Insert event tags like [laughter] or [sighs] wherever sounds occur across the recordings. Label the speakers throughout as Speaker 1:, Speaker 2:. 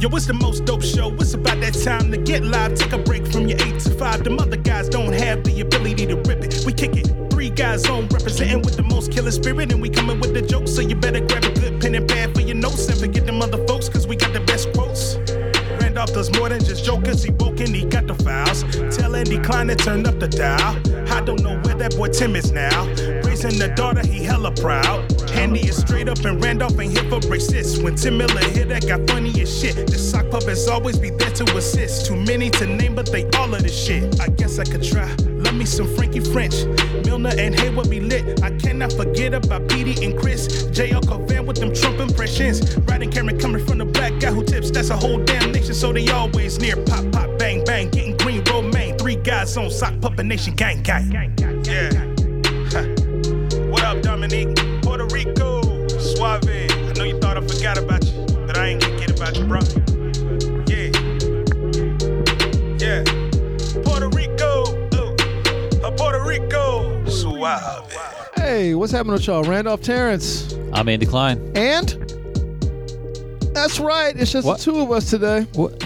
Speaker 1: Yo, it's the most dope show. It's about that time to get live. Take a break from your eight to five. Them other guys don't have the ability to rip it. We kick it. Three guys on representing with the most killer spirit, and we coming with the jokes. So you better grab a good pen and pad for your notes and forget them other folks, cause we got the best quotes. Randolph does more than just jokers. He woke and he got the files. Tell Andy Klein to turn up the dial. I don't know where that boy Tim is now. Raising the daughter, he hella proud. Andy is straight up and Randolph ain't here for racist. When Tim Miller hit, that got funny as shit. The sock puppets always be there to assist. Too many to name, but they all of this shit. I guess I could try. Love me some Frankie French. Milner and Hayward be lit. I cannot forget about Petey and Chris. J.L. Covan with them Trump impressions. Riding camera coming from the black guy who tips. That's a whole damn nation, so they always near. Pop, pop, bang, bang. Getting green, romaine. Three guys on sock puppet nation gang, gang. Yeah. Huh. What up, Dominique? Puerto Rico. Suave. I know you thought I forgot about you, but I ain't gonna get about you, bro. Yeah. Yeah. Puerto Rico. Uh, uh, Puerto Rico. Suave.
Speaker 2: Hey, what's happening with y'all? Randolph Terrence.
Speaker 3: I'm Andy Klein.
Speaker 2: And? That's right. It's just
Speaker 3: What?
Speaker 2: the two of us today.
Speaker 3: What?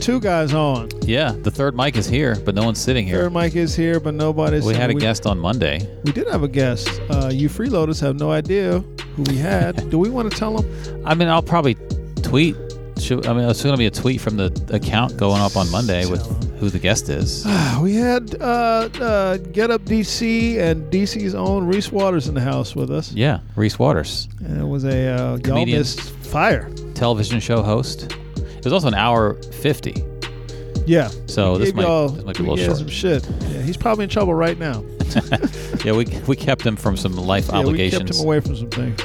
Speaker 2: Two guys on.
Speaker 3: Yeah, the third mic is here, but no one's sitting here.
Speaker 2: Third mic is here, but nobody's.
Speaker 3: we had a guest on Monday.
Speaker 2: We did have a guest. Uh, you freeloaders have no idea who we had. Do we want to tell them?
Speaker 3: I mean, I'll probably tweet. Should, I mean, it's going to be a tweet from the account going up on Monday with who the
Speaker 2: [sighs]
Speaker 3: guest is.
Speaker 2: We had uh, uh, Get Up DC and DC's own Reese Waters in the house with us.
Speaker 3: Yeah, Reese Waters,
Speaker 2: And it was a uh, y'all
Speaker 3: Comedian.
Speaker 2: missed fire.
Speaker 3: television show host. It was also an hour fifty. [laughs]
Speaker 2: Yeah.
Speaker 3: So
Speaker 2: We
Speaker 3: this
Speaker 2: gave
Speaker 3: might,
Speaker 2: y'all-
Speaker 3: this might be a
Speaker 2: we
Speaker 3: little
Speaker 2: gave
Speaker 3: short.
Speaker 2: Some shit. Yeah, he's probably in trouble right now.
Speaker 3: Yeah, we we kept him from some life
Speaker 2: Yeah, we
Speaker 3: obligations.
Speaker 2: kept him away from some things.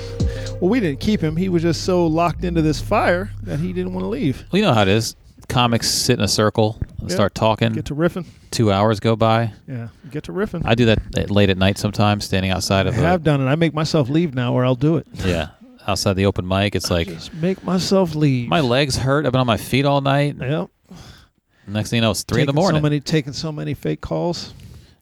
Speaker 2: Well, we didn't keep him. He was just so locked into this fire that he didn't want to leave.
Speaker 3: Well, you know how it is. Comics sit in a circle and
Speaker 2: Yeah.
Speaker 3: start talking.
Speaker 2: Get to riffing.
Speaker 3: Two hours go by.
Speaker 2: Yeah, get to riffing.
Speaker 3: I do that at, late at night sometimes, standing outside
Speaker 2: I
Speaker 3: of a-
Speaker 2: have done it. I make myself leave now, or I'll do it.
Speaker 3: yeah outside the open mic. It's like
Speaker 2: Just make myself leave.
Speaker 3: my legs hurt. I've been on my feet all night.
Speaker 2: yeah.
Speaker 3: Next thing you know, it's three in the
Speaker 2: Taking
Speaker 3: morning.
Speaker 2: So many taking so many fake calls.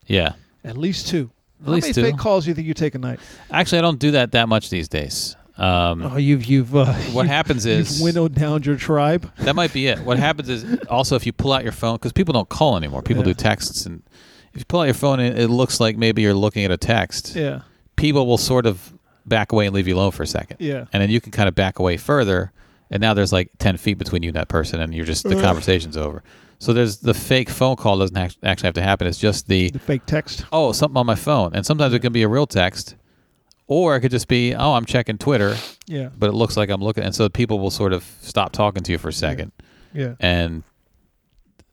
Speaker 3: yeah.
Speaker 2: At least two.
Speaker 3: At
Speaker 2: How
Speaker 3: least
Speaker 2: many
Speaker 3: two.
Speaker 2: fake calls do you think you take a night?
Speaker 3: Actually, I don't do that that much these days. Um,
Speaker 2: Oh, you've you've uh, [laughs]
Speaker 3: what
Speaker 2: you've-
Speaker 3: happens
Speaker 2: you've
Speaker 3: is
Speaker 2: winnowed down your tribe.
Speaker 3: that might be it. What happens is also if you pull out your phone because people don't call anymore. People
Speaker 2: Yeah.
Speaker 3: do texts, and if you pull out your phone, it, it looks like maybe you're looking at a text.
Speaker 2: Yeah.
Speaker 3: People will sort of back away and leave you alone for a second.
Speaker 2: Yeah.
Speaker 3: and then you can kind of back away further, and now there's like ten feet between you and that person, and you're just the
Speaker 2: Ugh.
Speaker 3: conversation's over. So there's the fake phone call doesn't act- actually have to happen. It's just the
Speaker 2: The fake text.
Speaker 3: oh, something on my phone. And sometimes it can be a real text, or it could just be, oh, I'm checking Twitter,
Speaker 2: Yeah.
Speaker 3: but it looks like I'm looking. And so people will sort of stop talking to you for a second.
Speaker 2: Yeah.
Speaker 3: And,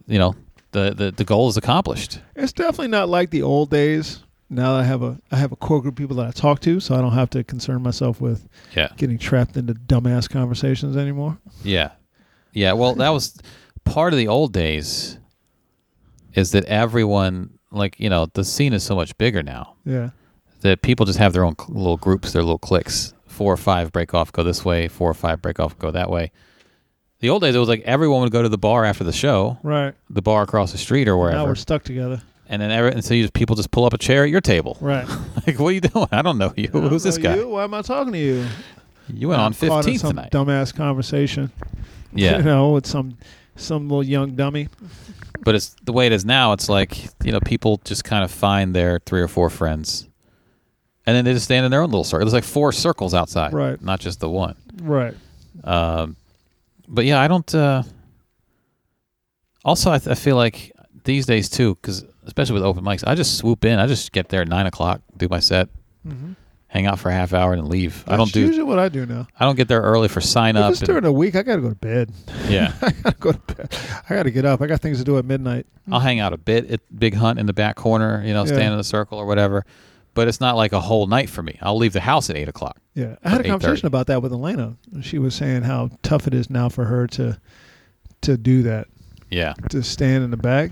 Speaker 3: you know, the, the, the goal is accomplished.
Speaker 2: It's definitely not like the old days. Now I have a I have a core group of people that I talk to, so I don't have to concern myself with
Speaker 3: Yeah.
Speaker 2: getting trapped into dumbass conversations anymore.
Speaker 3: Yeah. Yeah. Well, that was part of the old days is that everyone, like, you know, the scene is so much bigger now
Speaker 2: Yeah.
Speaker 3: that people just have their own cl- little groups, their little cliques. Four or five break off, go this way. Four or five break off, go that way. The old days, it was like everyone would go to the bar after the show,
Speaker 2: Right.
Speaker 3: the bar across the street or
Speaker 2: Now
Speaker 3: wherever,
Speaker 2: we're stuck together.
Speaker 3: and then every, and so you just, people just pull up a chair at your table. [laughs]
Speaker 2: Right.
Speaker 3: Like, what are you doing? I don't know you.
Speaker 2: I don't
Speaker 3: Who's this
Speaker 2: know
Speaker 3: guy?
Speaker 2: You? Why am I talking to you?
Speaker 3: You went
Speaker 2: I'm
Speaker 3: on
Speaker 2: caught in
Speaker 3: fifteenth
Speaker 2: some
Speaker 3: tonight.
Speaker 2: Dumbass conversation. [laughs] You
Speaker 3: Yeah,
Speaker 2: know, with some some little young dummy.
Speaker 3: but it's the way it is now. It's like you know, people just kind of find their three or four friends, and then they just stand in their own little circle. There's like four circles outside,
Speaker 2: Right.
Speaker 3: Not just the one.
Speaker 2: Right.
Speaker 3: Um, but yeah, I don't. Uh, also, I, th- I feel like these days too, because especially with open mics, I just swoop in. I just get there at nine o'clock, do my set, hang out for a half hour, and leave. I
Speaker 2: Mm-hmm.
Speaker 3: don't
Speaker 2: That's
Speaker 3: do.
Speaker 2: usually what I do now.
Speaker 3: I don't get there early for sign
Speaker 2: If
Speaker 3: up.
Speaker 2: it's during
Speaker 3: And,
Speaker 2: the week, I gotta go to bed. [laughs]
Speaker 3: yeah,
Speaker 2: I gotta go to bed. I gotta get up. I got things to do at midnight.
Speaker 3: I'll hang out a bit at Big Hunt in the back corner. You know,
Speaker 2: Yeah.
Speaker 3: stand in a circle or whatever. But it's not like a whole night for me. I'll leave the house at eight o'clock.
Speaker 2: Yeah, I had a
Speaker 3: 8:30.
Speaker 2: conversation about that with Elena. She was saying how tough it is now for her to to do that,
Speaker 3: Yeah,
Speaker 2: to stand in the back.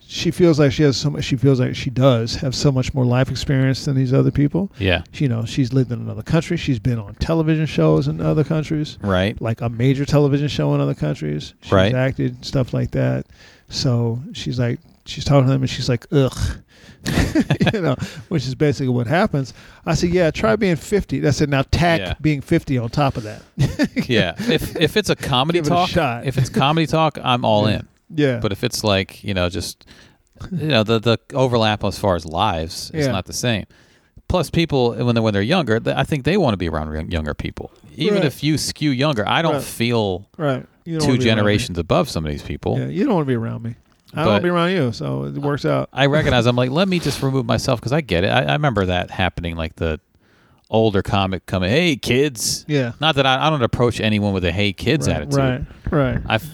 Speaker 2: She feels like she has so much. She feels like she does have so much more life experience than these other people.
Speaker 3: yeah,
Speaker 2: She, you know, she's lived in another country. She's been on television shows in other countries, [laughs]
Speaker 3: right.
Speaker 2: like a major television show in other countries. She's
Speaker 3: Right.
Speaker 2: acted stuff like that. So she's like, she's talking to them and she's like, ugh, [laughs] you know, which is basically what happens. I said, yeah, try being 50. I said, now tack
Speaker 3: Yeah.
Speaker 2: being 50 on top of that. [laughs]
Speaker 3: yeah. If if it's a comedy
Speaker 2: Give it a
Speaker 3: talk,
Speaker 2: shot.
Speaker 3: if it's comedy talk, I'm all in.
Speaker 2: yeah.
Speaker 3: But if it's like you know just you know the the overlap as far as lives is
Speaker 2: Yeah.
Speaker 3: not the same. Plus, people when they when they're younger, th- I think they want to be around young- younger people. Even
Speaker 2: Right.
Speaker 3: if you skew younger, I don't
Speaker 2: Right.
Speaker 3: feel
Speaker 2: right. You don't wanna
Speaker 3: two
Speaker 2: be around me.
Speaker 3: generations above some of these people.
Speaker 2: Yeah, you don't want to be around me. I don't
Speaker 3: But-
Speaker 2: want to be around you. So it works out.
Speaker 3: I recognize. I'm like, let me just remove myself because I get it. I, I remember that happening. Like the older comic coming, hey kids.
Speaker 2: Yeah.
Speaker 3: Not that I, I don't approach anyone with a hey kids
Speaker 2: right,
Speaker 3: attitude.
Speaker 2: Right. Right.
Speaker 3: I've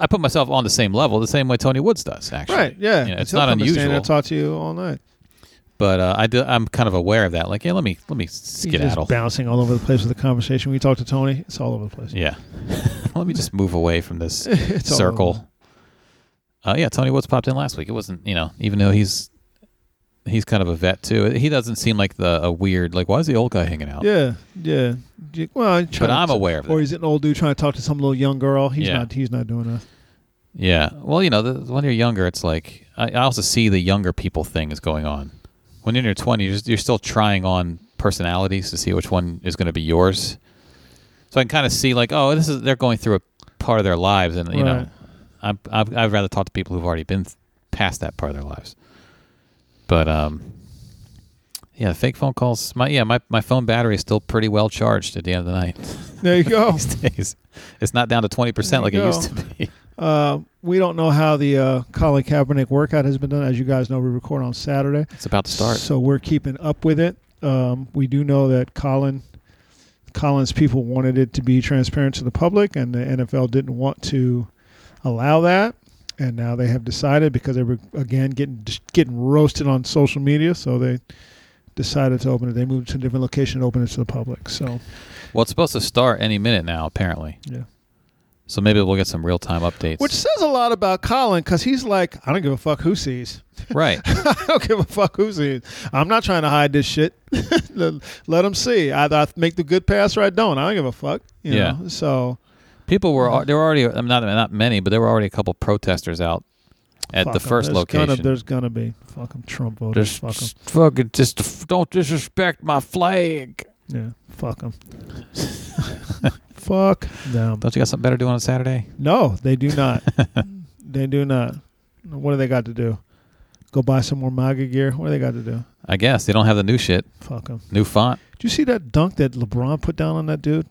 Speaker 3: I put myself on the same level, the same way Tony Woods does. Actually,
Speaker 2: Right. Yeah.
Speaker 3: You know, it's
Speaker 2: He'll
Speaker 3: not
Speaker 2: come and stand there
Speaker 3: unusual.
Speaker 2: and talk to you all night.
Speaker 3: but uh, I do, I'm kind of aware of that. Like, yeah, let me let me
Speaker 2: He's just
Speaker 3: skedaddle.
Speaker 2: bouncing all over the place with the conversation. When you talk to Tony, it's all over the place.
Speaker 3: [laughs] yeah, [laughs] let me just move away from
Speaker 2: [laughs]
Speaker 3: this
Speaker 2: It's all over.
Speaker 3: circle. Uh, yeah, Tony Woods popped in last week. It wasn't, you know, even though he's he's kind of a vet too. He doesn't seem like the a weird like. Why is the old guy hanging out?
Speaker 2: Yeah, yeah. You- Well, I'm trying
Speaker 3: Oh. I'm
Speaker 2: to-
Speaker 3: aware of
Speaker 2: Or
Speaker 3: that.
Speaker 2: he's an old dude trying to talk to some little young girl. He's
Speaker 3: Yeah.
Speaker 2: not. He's not doing that.
Speaker 3: Yeah. Well, you know, the, when you're younger, it's like I, I also see the younger people thing is going on. When you're in your 20s, you're, you're still trying on personalities to see which one is going to be yours. So I can kind of see like, oh, this is they're going through a part of their lives, and
Speaker 2: Right.
Speaker 3: you know, I'm, I've, I'd rather talk to people who've already been th- past that part of their lives. But um, yeah, fake phone calls. My yeah, my my phone battery is still pretty well charged at the end of the night [laughs]
Speaker 2: There you go.
Speaker 3: these days. It's not down to twenty percent like
Speaker 2: There you
Speaker 3: it used
Speaker 2: go.
Speaker 3: to be.
Speaker 2: uh, we don't know how the uh, Colin Kaepernick workout has been done. As you guys know, we record on Saturday,
Speaker 3: It's about to start.
Speaker 2: so we're keeping up with it. Um, we do know that Colin, Colin's people wanted it to be transparent to the public, and the NFL didn't want to allow that. And now they have decided because they were again getting just getting roasted on social media, so they decided to open it. They moved to a different location and opened it to the public. So
Speaker 3: Well, it's supposed to start any minute now, apparently.
Speaker 2: yeah.
Speaker 3: So maybe we'll get some real time updates.
Speaker 2: Which says a lot about Colin because he's like, I don't give a fuck who sees.
Speaker 3: right?
Speaker 2: [laughs] I don't give a fuck who sees. I'm not trying to hide this shit. [laughs] Let them see. Either I make the good pass or I don't. I don't give a fuck. you
Speaker 3: Yeah.
Speaker 2: know? So
Speaker 3: People were al- there were already I'm not not many, but there were already a couple protesters out at
Speaker 2: fuck
Speaker 3: the
Speaker 2: 'em.
Speaker 3: first
Speaker 2: there's
Speaker 3: location.
Speaker 2: Gonna, there's gonna be fuck 'em, Trump voters.
Speaker 3: Just-
Speaker 2: Fuck 'em.
Speaker 3: just fucking just f- don't disrespect my flag.
Speaker 2: Yeah. Fuck 'em. [laughs] fuck them.
Speaker 3: Don't you got something better to do on a Saturday?
Speaker 2: No, they do
Speaker 3: [laughs]
Speaker 2: not. they do not. What do they got to do? Go buy some more MAGA gear. What do they got to do?
Speaker 3: I guess they don't have the new shit,
Speaker 2: Fuck them.
Speaker 3: new font.
Speaker 2: Did you see that dunk that LeBron put down on that dude?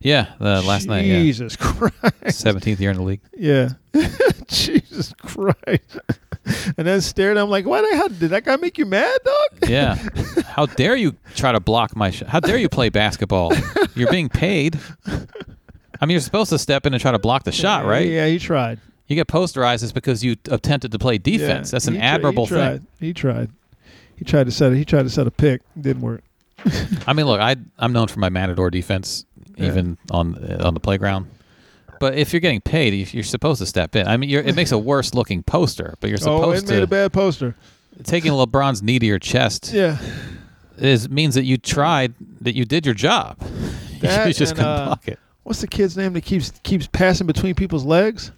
Speaker 3: Yeah, the Uh, last night. Yeah,
Speaker 2: Jesus [laughs] Christ.
Speaker 3: seventeenth year in the league.
Speaker 2: Yeah. [laughs] Jesus Christ. [laughs] and then stared. I'm like, why the hell did that guy make you mad, dog?
Speaker 3: Yeah, [laughs] how dare you try to block my shot? How dare you play basketball? You're being paid. I mean, you're supposed to step in and try to block the shot, right?
Speaker 2: Yeah, he tried.
Speaker 3: You get posterized is because you attempted to play defense.
Speaker 2: Yeah.
Speaker 3: That's an
Speaker 2: He tri-
Speaker 3: admirable
Speaker 2: he tried.
Speaker 3: thing.
Speaker 2: He tried. He tried to set. A, he tried to set a pick. Didn't work.
Speaker 3: I mean, look, I I'm known for my matador defense,
Speaker 2: Yeah.
Speaker 3: even on uh, on the playground. But if you're getting paid, you- you're supposed to step in. I mean, you're, it
Speaker 2: [laughs]
Speaker 3: makes a worse looking poster, but you're
Speaker 2: oh, it
Speaker 3: supposed
Speaker 2: made a
Speaker 3: to
Speaker 2: bad poster.
Speaker 3: taking LeBron's knee to your chest [laughs]
Speaker 2: Yeah.
Speaker 3: is means that you tried that you did your job. [laughs] you
Speaker 2: That
Speaker 3: just
Speaker 2: and,
Speaker 3: couldn't
Speaker 2: uh,
Speaker 3: block it.
Speaker 2: What's the kid's name that keeps keeps passing between people's legs?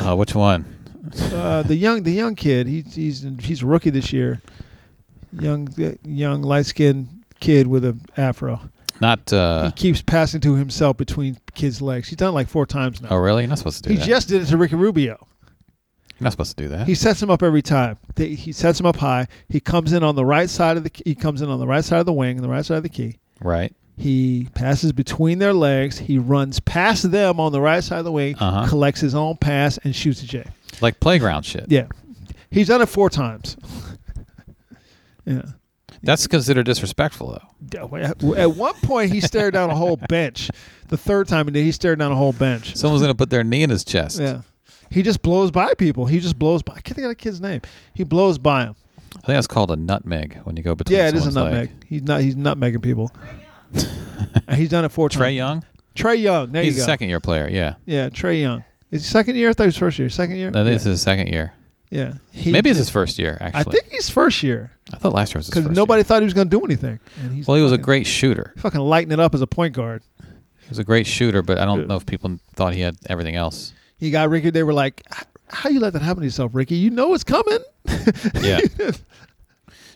Speaker 3: Uh, which one?
Speaker 2: Uh, the young the young kid. He's he's he's a rookie this year. Young young light skinned kid with a afro.
Speaker 3: Not. Uh,
Speaker 2: he keeps passing to himself between kids' legs. He's done it like four times now.
Speaker 3: oh, really? You're not supposed to do
Speaker 2: he
Speaker 3: that.
Speaker 2: just did it to Ricky Rubio.
Speaker 3: you're not supposed to do that.
Speaker 2: He sets him up every time. They, he sets him up high. He comes in on the right side of the. He comes in on the right side of the wing and the right side of the key.
Speaker 3: right.
Speaker 2: He passes between their legs. He runs past them on the right side of the wing,
Speaker 3: Uh-huh.
Speaker 2: collects his own pass, and shoots a J.
Speaker 3: Like playground shit.
Speaker 2: Yeah, he's done it four times. [laughs] yeah.
Speaker 3: That's considered disrespectful, though.
Speaker 2: At at one point, he stared down a whole bench. The third time he did, he stared down a whole bench.
Speaker 3: Someone's gonna put their knee in his chest.
Speaker 2: Yeah. He just blows by people. He just blows by. I can't think of the kid's name. He blows by him.
Speaker 3: I think that's called a nutmeg when you go between.
Speaker 2: Yeah, it is a
Speaker 3: someone's leg.
Speaker 2: nutmeg. He's not. He's nutmegging people. and he's done it four times.
Speaker 3: Trey Young,
Speaker 2: Trey Young. Mm. There
Speaker 3: he's
Speaker 2: you
Speaker 3: a
Speaker 2: go.
Speaker 3: second year player. Yeah,
Speaker 2: Yeah, Trey Young. Is he second year? I thought he was first year. Second year.
Speaker 3: that
Speaker 2: yeah.
Speaker 3: is his second year.
Speaker 2: yeah. He-
Speaker 3: Maybe it's his first year.
Speaker 2: I
Speaker 3: Actually,
Speaker 2: think he's first year
Speaker 3: I thought last year was his
Speaker 2: because
Speaker 3: first.
Speaker 2: nobody
Speaker 3: year.
Speaker 2: thought he was going to do anything. And he's
Speaker 3: Well, he was a
Speaker 2: fucking-
Speaker 3: great shooter.
Speaker 2: fucking lighting it up as a point guard.
Speaker 3: He was a great shooter, but I don't
Speaker 2: Yeah.
Speaker 3: know if people thought he had everything else.
Speaker 2: He got Ricky. They were like, I, how you let that happen to yourself, Ricky? You know it's coming.
Speaker 3: Yeah.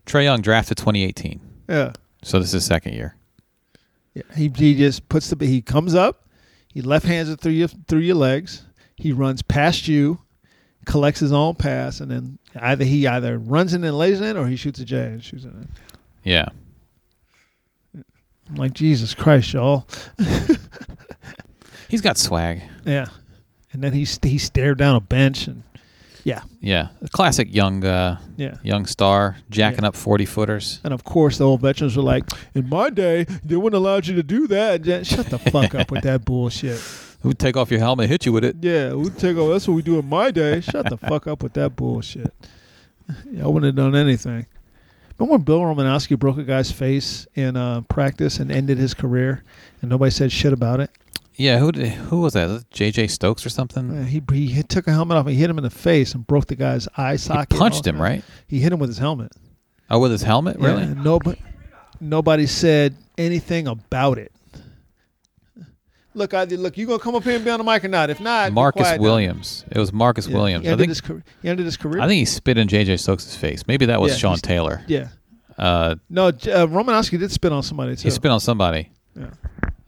Speaker 3: Trey Young drafted 2018,
Speaker 2: [laughs] yeah.
Speaker 3: so this is his second year.
Speaker 2: Yeah, he he just puts the he comes up, he left hands it through your through your legs. He runs past you, collects his own pass, and then either he either runs in and lays it in, or he shoots a J and shoots it in.
Speaker 3: Yeah.
Speaker 2: I'm like Jesus Christ, y'all.
Speaker 3: He's got swag.
Speaker 2: Yeah, and then he st- he stared down a bench and yeah,
Speaker 3: Yeah. A classic young uh,
Speaker 2: yeah.
Speaker 3: young star jacking
Speaker 2: Yeah.
Speaker 3: up 40 footers.
Speaker 2: And of course, the old veterans were like, "In my day, they wouldn't allow you to do that." Yeah, Shut the fuck up with that bullshit.
Speaker 3: Who'd take off your helmet and hit you with it?
Speaker 2: Yeah, we take over. That's what we do in my day. Shut the fuck up with that bullshit. [laughs] Yeah, I wouldn't have done anything. Remember when Bill Romanowski broke a guy's face in uh, practice and ended his career, and nobody said shit about it?
Speaker 3: Yeah, who did, who was that? J.J. Stokes or something?
Speaker 2: Uh, He, he hit- took a helmet off and hit him in the face and broke the guy's eye socket.
Speaker 3: he
Speaker 2: and
Speaker 3: punched
Speaker 2: all
Speaker 3: him,
Speaker 2: that.
Speaker 3: right?
Speaker 2: He hit him with his helmet.
Speaker 3: Oh, with his helmet? Really?
Speaker 2: uh, Yeah, nobody, nobody said anything about it. Look, I look. You gonna come up here and be on the mic or not? If not, be
Speaker 3: Marcus
Speaker 2: quiet now.
Speaker 3: Williams. It was Marcus
Speaker 2: Yeah,
Speaker 3: Williams.
Speaker 2: He
Speaker 3: I
Speaker 2: ended,
Speaker 3: think
Speaker 2: his, career, he ended his career.
Speaker 3: I think he spit in J.J. Stokes' face. Maybe that was
Speaker 2: Yeah,
Speaker 3: Sean
Speaker 2: he's-
Speaker 3: Taylor.
Speaker 2: Yeah.
Speaker 3: Uh,
Speaker 2: No, J- uh, Romanowski did spit on somebody too.
Speaker 3: he spit on somebody.
Speaker 2: Yeah.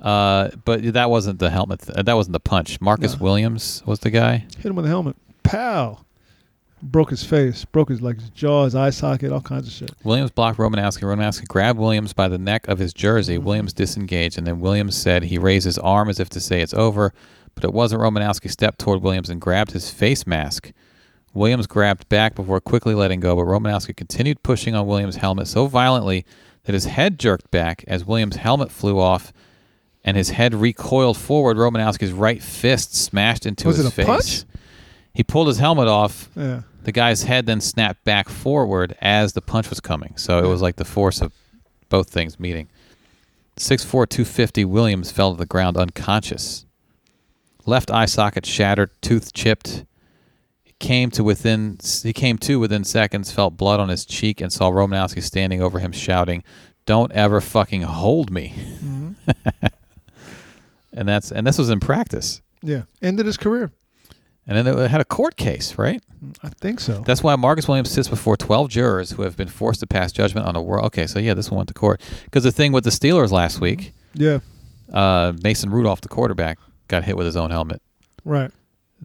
Speaker 3: Uh, but that wasn't the helmet. Th- that wasn't the punch. Marcus
Speaker 2: No.
Speaker 3: Williams was the guy.
Speaker 2: Hit him with a helmet. Pow! Broke his face. Broke his like his jaw, his eye socket, all kinds of shit.
Speaker 3: Williams blocked Romanowski. Romanowski grabbed Williams by the neck of his jersey.
Speaker 2: Mm-hmm.
Speaker 3: Williams disengaged, and then Williams said he raised his arm as if to say it's over, but it wasn't. Romanowski stepped toward Williams and grabbed his face mask. Williams grabbed back before quickly letting go, but Romanowski continued pushing on Williams' helmet so violently that his head jerked back as Williams' helmet flew off and his head recoiled forward. Romanowski's right fist smashed into
Speaker 2: Was
Speaker 3: his
Speaker 2: it a
Speaker 3: face.
Speaker 2: punch?
Speaker 3: He pulled his helmet off
Speaker 2: Yeah.
Speaker 3: the guy's head then snapped back forward as the punch was coming. So it was like the force of both things meeting. 6'4, 250, Williams fell to the ground unconscious. Left eye socket shattered, tooth chipped. He came to within he came to within seconds, felt blood on his cheek, and saw Romanowski standing over him shouting, Don't ever fucking hold me. [laughs] and that's and this was in practice.
Speaker 2: Yeah. Ended his career.
Speaker 3: And then it had a court case, right?
Speaker 2: I think so.
Speaker 3: That's why Marcus Williams sits before 12 jurors who have been forced to pass judgment on a world. Okay, so yeah, this one went to court. Because the thing with the Steelers last week,
Speaker 2: yeah.
Speaker 3: uh, Mason Rudolph, the quarterback, got hit with his own helmet.
Speaker 2: Right.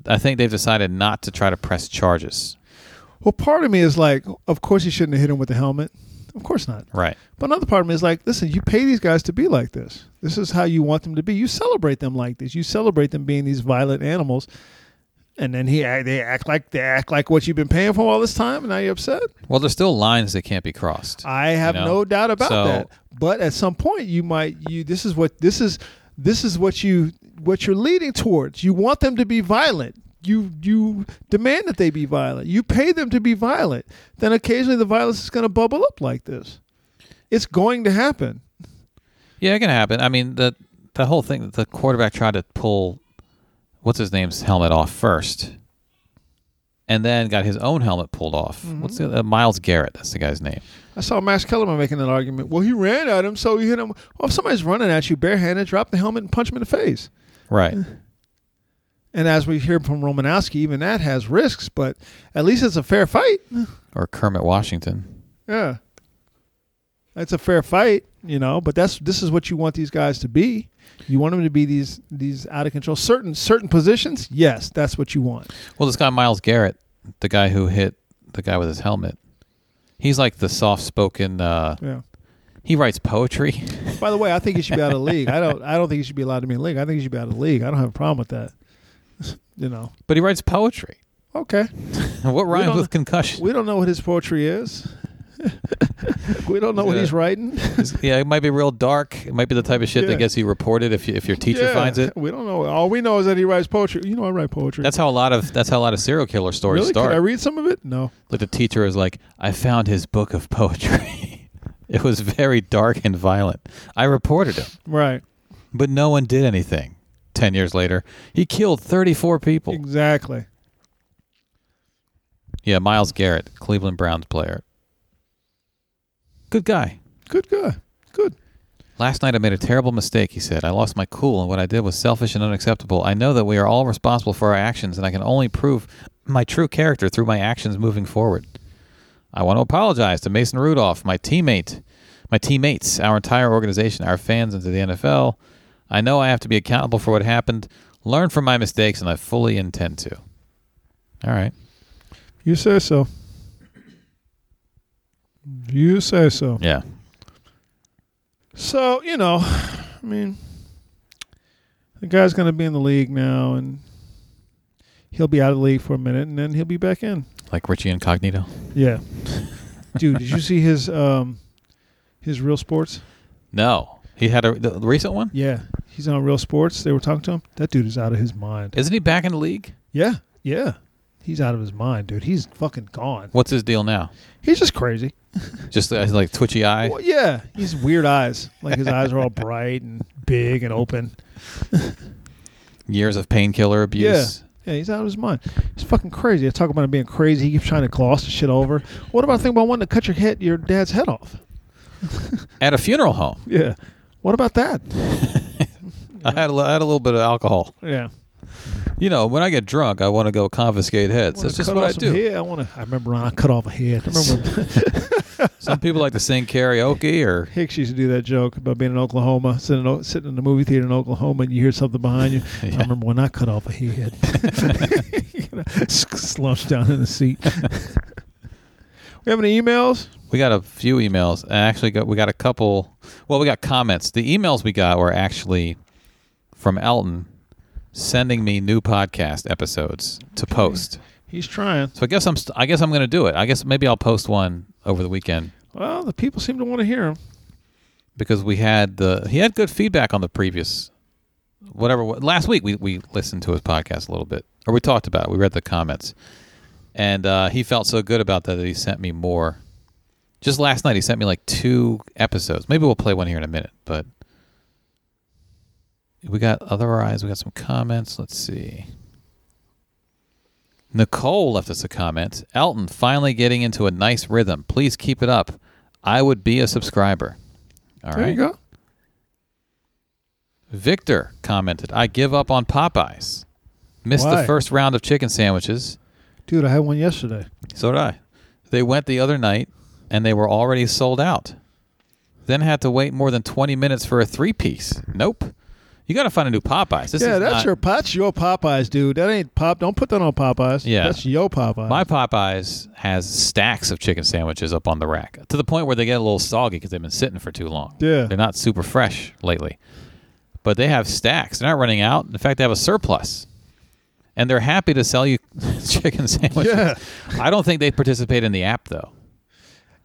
Speaker 3: I think they've decided not to try to press charges.
Speaker 2: Well, part of me is like, of course you shouldn't have hit him with the helmet. Of course not.
Speaker 3: Right.
Speaker 2: But another part of me is like, listen, you pay these guys to be like this. This is how you want them to be. You celebrate them like this. You celebrate them being these violent animals. And then he, they act like they act like what you've been paying for all this time, and now you're upset.
Speaker 3: Well, there's still lines that can't be crossed.
Speaker 2: I have
Speaker 3: know?
Speaker 2: no doubt about
Speaker 3: So-
Speaker 2: that. But at some point, you might you this is what this is this is what you what you're leading towards. You want them to be violent. You you demand that they be violent. You pay them to be violent. Then occasionally the violence is going to bubble up like this. It's going to happen.
Speaker 3: yeah, it can happen. I mean, the the whole thing that the quarterback tried to pull what's his name's helmet off first, and then got his own helmet pulled off. What's the uh, Miles Garrett? That's the guy's name.
Speaker 2: I saw Max Kellerman making an argument. Well, he ran at him, so he hit him. Well, if somebody's running at you barehanded, drop the helmet and punch him in the face.
Speaker 3: Right.
Speaker 2: And as we hear from Romanowski, even that has risks, but at least it's a fair fight.
Speaker 3: or Kermit Washington.
Speaker 2: Yeah. That's a fair fight, you know, but that's this is what you want these guys to be. You want them to be these these out of control certain certain positions? Yes, that's what you want.
Speaker 3: Well, this guy Miles Garrett, the guy who hit the guy with his helmet, he's like the soft-spoken. Uh,
Speaker 2: Yeah.
Speaker 3: he writes poetry. [laughs]
Speaker 2: By the way, I think he should be out of the league. I don't I don't think he should be allowed to be in the league. I think he should be out of the league. I don't have a problem with that. you know.
Speaker 3: but he writes poetry. [laughs]
Speaker 2: Okay.
Speaker 3: what rhymes
Speaker 2: don't-
Speaker 3: with concussion?
Speaker 2: We don't know what his poetry is. [laughs] we don't know what he's writing.
Speaker 3: yeah, it might be real dark. It might be the type of shit
Speaker 2: Yeah.
Speaker 3: that gets you reported if you, if your teacher
Speaker 2: Yeah,
Speaker 3: finds it.
Speaker 2: We don't know. All we know is that he writes poetry. You know I write poetry.
Speaker 3: That's how a lot of that's how a lot of serial killer stories
Speaker 2: really?
Speaker 3: start.
Speaker 2: Could I read some of it? No.
Speaker 3: But the teacher is like, "I found his book of poetry. [laughs] it was very dark and violent. I reported him,
Speaker 2: Right.
Speaker 3: but no one did anything." Ten years later, he killed thirty-four people.
Speaker 2: Exactly.
Speaker 3: Yeah, Miles Garrett, Cleveland Browns player. Good guy.
Speaker 2: Good guy. Good.
Speaker 3: Last night I made a terrible mistake, he said. I lost my cool, and what I did was selfish and unacceptable. I know that we are all responsible for our actions, and I can only prove my true character through my actions moving forward. I want to apologize to Mason Rudolph, my teammate, my teammates, our entire organization, our fans, and to the NFL. I know I have to be accountable for what happened, learn from my mistakes, and I fully intend to. All right.
Speaker 2: You say so. You say so.
Speaker 3: Yeah.
Speaker 2: So, you know, I mean, the guy's going to be in the league now and he'll be out of the league for a minute and then he'll be back in.
Speaker 3: Like Richie Incognito.
Speaker 2: Yeah. [laughs] Dude, did you see his um his Real Sports?
Speaker 3: No. He had a the the recent one?
Speaker 2: Yeah. He's on Real Sports. They were talking to him. That dude is out of his mind.
Speaker 3: Isn't he back in the league?
Speaker 2: Yeah. Yeah. He's out of his mind, dude. He's fucking gone.
Speaker 3: What's his deal now?
Speaker 2: He's just crazy.
Speaker 3: Just uh, like twitchy eye. [laughs]
Speaker 2: Well, yeah, he's weird eyes. Like his eyes are all bright and big and open.
Speaker 3: years of painkiller abuse.
Speaker 2: Yeah, he's out of his mind. He's fucking crazy. I talk about him being crazy. He keeps trying to gloss the shit over. What about thinking about wanting to cut your head, your dad's head off?
Speaker 3: At a funeral home,
Speaker 2: Yeah. What about that?
Speaker 3: I had a, li- I had a little bit of alcohol.
Speaker 2: Yeah.
Speaker 3: You know, when I get drunk, I want to go confiscate heads.
Speaker 2: Wanna
Speaker 3: That's just
Speaker 2: cut
Speaker 3: what
Speaker 2: off
Speaker 3: I
Speaker 2: some
Speaker 3: do.
Speaker 2: Head. I want to. I remember when I cut off a head. I remember
Speaker 3: [laughs]
Speaker 2: when
Speaker 3: Some people like to sing karaoke or
Speaker 2: Hicks used to do that joke about being in Oklahoma, sitting in, sitting in the movie theater in Oklahoma, and you hear something behind
Speaker 3: [laughs]
Speaker 2: you. I remember when I cut off a head, [laughs] you know, [laughs] slumped down in the
Speaker 3: [laughs]
Speaker 2: seat. we have any emails?
Speaker 3: we got a few emails. I actually got we got a couple. Well, we got comments. The emails we got were actually from Elton sending me new podcast episodes to post.
Speaker 2: He's trying.
Speaker 3: So I guess I'm st- I guess I'm going to do it. I guess maybe I'll post one over the weekend
Speaker 2: Well, the people seem to want to hear him.
Speaker 3: because we had the he had good feedback on the previous whatever last week we, we listened to his podcast a little bit or we talked about it we read the comments and uh, he felt so good about that that he sent me more just last night he sent me like two episodes maybe we'll play one here in a minute but we got other eyes we got some comments let's see Nicole left us a comment. Elton finally getting into a nice rhythm. Please keep it up. I would be a subscriber. All right.
Speaker 2: There you go.
Speaker 3: Victor commented, I give up on Popeyes. Missed
Speaker 2: Why?
Speaker 3: the first round of chicken sandwiches.
Speaker 2: Dude, I had one yesterday.
Speaker 3: So did I. They went the other night and they were already sold out. Then had to wait more than 20 minutes for a three piece. Nope. You got to find a new Popeyes. This
Speaker 2: yeah,
Speaker 3: is
Speaker 2: that's
Speaker 3: not-
Speaker 2: your that's your Popeyes, dude. That ain't pop. Don't put that on Popeyes.
Speaker 3: Yeah.
Speaker 2: that's your Popeyes.
Speaker 3: My Popeyes has stacks of chicken sandwiches up on the rack to the point where they get a little soggy because they've been sitting for too long.
Speaker 2: Yeah.
Speaker 3: They're not super fresh lately. But they have stacks. They're not running out. In fact, they have a surplus. And they're happy to sell you [laughs] chicken sandwiches.
Speaker 2: Yeah.
Speaker 3: I don't think they participate in the app, though.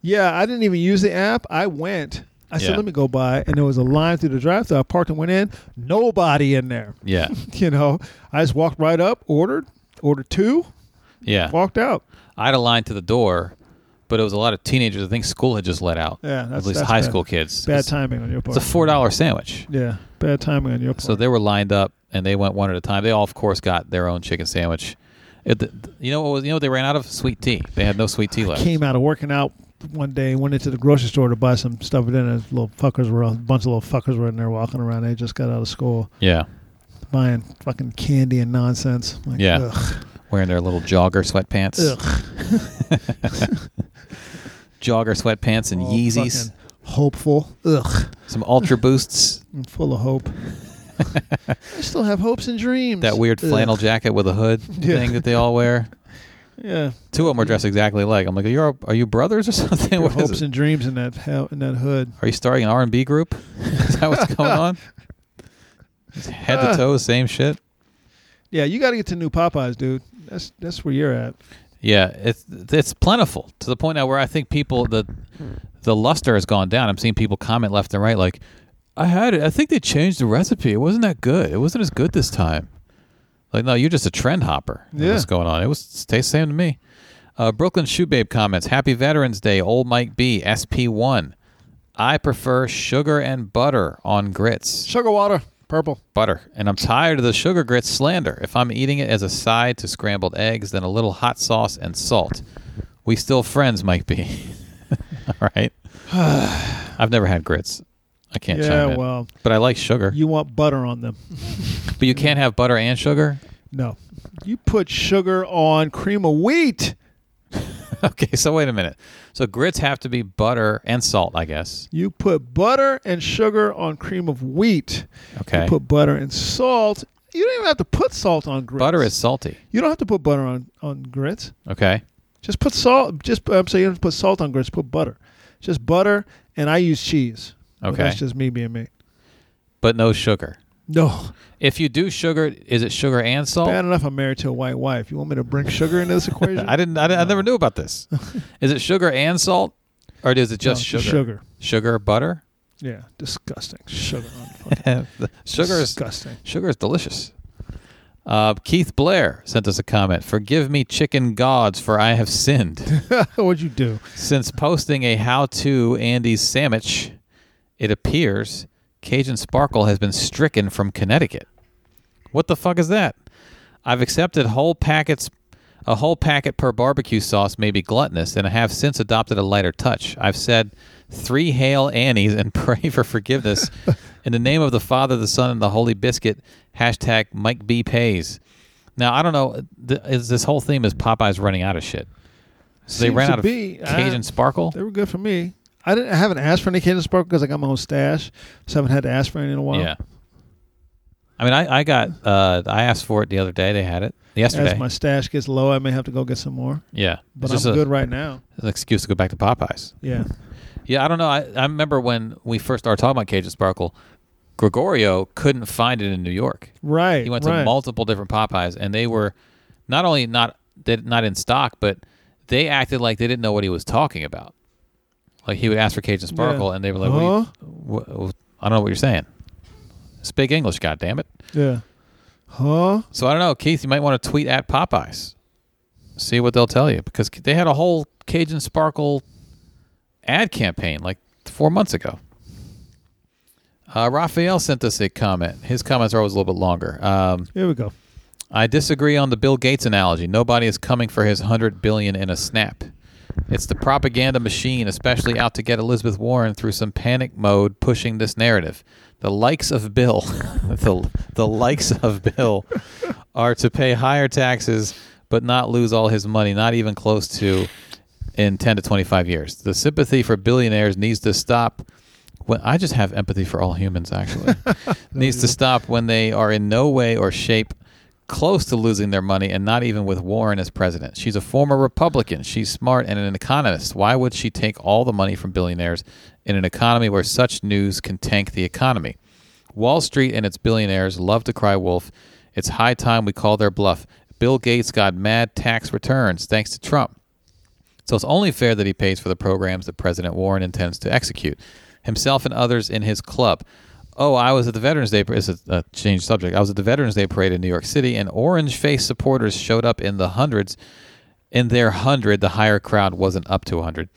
Speaker 2: yeah, I didn't even use the app. I went. I
Speaker 3: Yeah.
Speaker 2: said, let me go by, and there was a line through the drive-thru. I parked and went in. Nobody in there. [laughs]
Speaker 3: Yeah.
Speaker 2: You know, I just walked right up, ordered, ordered two,
Speaker 3: Yeah.
Speaker 2: walked out.
Speaker 3: I had a line to the door, but it was a lot of teenagers. I think school had just let out.
Speaker 2: Yeah, that's-
Speaker 3: At least
Speaker 2: that's
Speaker 3: high
Speaker 2: bad.
Speaker 3: school kids.
Speaker 2: Bad
Speaker 3: it's,
Speaker 2: timing on your part.
Speaker 3: it's a $4 sandwich.
Speaker 2: yeah, bad timing on your part.
Speaker 3: So they were lined up and they went one at a time. They all, of course, got their own chicken sandwich. It, th- you know what was, you know what they ran out of? Sweet tea. They had no sweet tea left.
Speaker 2: came out of working out one day, went into the grocery store to buy some stuff, and then a little fuckers were a bunch of little fuckers were in there walking around. They just got out of school
Speaker 3: Yeah,
Speaker 2: buying fucking candy and nonsense. Like,
Speaker 3: Yeah.
Speaker 2: Ugh,
Speaker 3: wearing their little jogger sweatpants,
Speaker 2: ugh.
Speaker 3: jogger sweatpants and
Speaker 2: All Oh,
Speaker 3: Yeezys,
Speaker 2: fucking Hopeful. Ugh.
Speaker 3: some
Speaker 2: [laughs]
Speaker 3: Ultra Boosts,
Speaker 2: I'm full of
Speaker 3: [laughs]
Speaker 2: hope. I still have hopes and dreams.
Speaker 3: that weird
Speaker 2: Ugh.
Speaker 3: flannel jacket with a hood
Speaker 2: [laughs] Yeah.
Speaker 3: thing that they all wear.
Speaker 2: Yeah.
Speaker 3: Two of them were dressed exactly alike. I'm like, are you all- are you brothers or [laughs] something?
Speaker 2: Your
Speaker 3: What is
Speaker 2: hopes
Speaker 3: it?
Speaker 2: and dreams in that hell, in that hood.
Speaker 3: Are you starting an R and B group? [laughs] Is that what's
Speaker 2: [laughs]
Speaker 3: going on? Just head to toe, same shit.
Speaker 2: Yeah, you got to get to new Popeyes, dude. That's that's where you're at.
Speaker 3: Yeah, it's it's plentiful to the point now where I think people the the luster has gone down. I'm seeing people comment left and right like, "I had it. I think they changed the recipe. It wasn't that good. It wasn't as good this time." Like, no, you're just a trend hopper. of
Speaker 2: Yeah.
Speaker 3: What's going on? It was it tastes the same to me. Uh, Brooklyn Shoe Babe comments: Happy Veterans Day, old Mike B, SP one. I prefer sugar and butter on grits
Speaker 2: Sugar water, purple.
Speaker 3: butter, and I'm tired of the sugar grits slander. If I'm eating it as a side to scrambled eggs, then a little hot sauce and salt.
Speaker 2: [sighs]
Speaker 3: We [laughs] still friends, Mike B. All right. I've never had grits. I can't chime
Speaker 2: yeah,
Speaker 3: in.
Speaker 2: well,
Speaker 3: but I like sugar.
Speaker 2: you want butter on them.
Speaker 3: but you can't have butter and sugar. [laughs]
Speaker 2: No. You put sugar on cream of wheat.
Speaker 3: okay, so wait a minute. So grits have to be butter and salt, I guess.
Speaker 2: You put butter and sugar on cream of wheat.
Speaker 3: Okay,
Speaker 2: You put butter and salt. You don't even have to put salt on grits.
Speaker 3: butter is salty.
Speaker 2: You don't have to put butter on, on grits.
Speaker 3: Okay,
Speaker 2: Just put salt. Just I'm saying, you don't have to put salt on grits. Put butter. Just butter, and I use cheese. But
Speaker 3: Okay.
Speaker 2: that's just me being me.
Speaker 3: but no sugar.
Speaker 2: No,
Speaker 3: If you do sugar, is it sugar and salt?
Speaker 2: bad enough I'm married to a white wife. You want me to bring sugar
Speaker 3: [laughs]
Speaker 2: into this equation?
Speaker 3: I didn't. I, didn't- I never knew about this. [laughs] is it sugar and salt, or is it
Speaker 2: No,
Speaker 3: just sugar?
Speaker 2: Sugar.
Speaker 3: Sugar, [laughs] butter.
Speaker 2: Yeah, disgusting. Sugar on fucking
Speaker 3: [laughs] sugar is
Speaker 2: disgusting. [laughs]
Speaker 3: Sugar is delicious. Uh, Keith Blair sent us a comment. Forgive me, chicken gods, for I have sinned.
Speaker 2: What'd you do?
Speaker 3: Since posting a how to Andy's sandwich, it appears Cajun Sparkle has been stricken from Connecticut. What the fuck is that? I've accepted whole packets. A whole packet per barbecue sauce may be gluttonous, and I have since adopted a lighter touch. I've said three Hail Annies and [laughs] pray for forgiveness in the name of the Father, the Son, and the Holy Biscuit. Hashtag Mike B Pays. Now, I don't know. Th- is this whole theme is Popeyes running out of shit? So they
Speaker 2: Seems
Speaker 3: ran
Speaker 2: to
Speaker 3: out of
Speaker 2: be.
Speaker 3: Cajun
Speaker 2: I-
Speaker 3: Sparkle?
Speaker 2: They were good for me. I didn't. I haven't asked for any Cajun sparkle because I got my own stash, so I haven't had to ask for any in a while.
Speaker 3: Yeah. I mean, I, I got, uh, I asked for it the other day. They had it yesterday.
Speaker 2: As my stash gets low, I may have to go get some more.
Speaker 3: yeah.
Speaker 2: But
Speaker 3: it's just
Speaker 2: I'm
Speaker 3: a-
Speaker 2: good right now.
Speaker 3: an excuse to go back to Popeyes. [laughs]
Speaker 2: Yeah.
Speaker 3: Yeah, I don't know. I, I remember when we first started talking about Cajun Sparkle, Gregorio couldn't find it in New York.
Speaker 2: Right.
Speaker 3: He went
Speaker 2: right.
Speaker 3: to multiple different Popeyes, and they were not only not they not in stock, but they acted like they didn't know what he was talking about. Like he would ask for Cajun Sparkle, and they were like,
Speaker 2: Huh?
Speaker 3: what you, what, "I don't know what you're saying." Speak English, God damn it!
Speaker 2: Yeah. Huh?
Speaker 3: So I don't know, Keith. You might want to tweet at Popeyes, see what they'll tell you, because they had a whole Cajun Sparkle ad campaign like four months ago. Uh, Raphael sent us a comment. His comments are always a little bit longer. Um,
Speaker 2: Here we go.
Speaker 3: I disagree on the Bill Gates analogy. Nobody is coming for his 100 billion in a snap. It's the propaganda machine, especially out to get Elizabeth Warren through some panic mode pushing this narrative. The likes of Bill, [laughs] the, the likes of Bill are to pay higher taxes but not lose all his money, not even close to in 10 to 25 years. The sympathy for billionaires needs to stop. When I just have empathy for all humans, actually, needs to stop when they are in no way or shape close to losing their money, and not even with Warren as president. She's a former Republican. She's smart and an economist. Why would she take all the money from billionaires in an economy where such news can tank the economy? Wall Street and its billionaires love to cry wolf. It's high time we call their bluff. Bill Gates got mad tax returns thanks to Trump. So it's only fair that he pays for the programs that President Warren intends to execute, himself and others in his club. Oh, I was at the Veterans Day. It's a, a change subject. I was at the Veterans Day parade in New York City, and orange-faced supporters showed up in the hundreds. In their hundred, the higher crowd wasn't up to a hundred.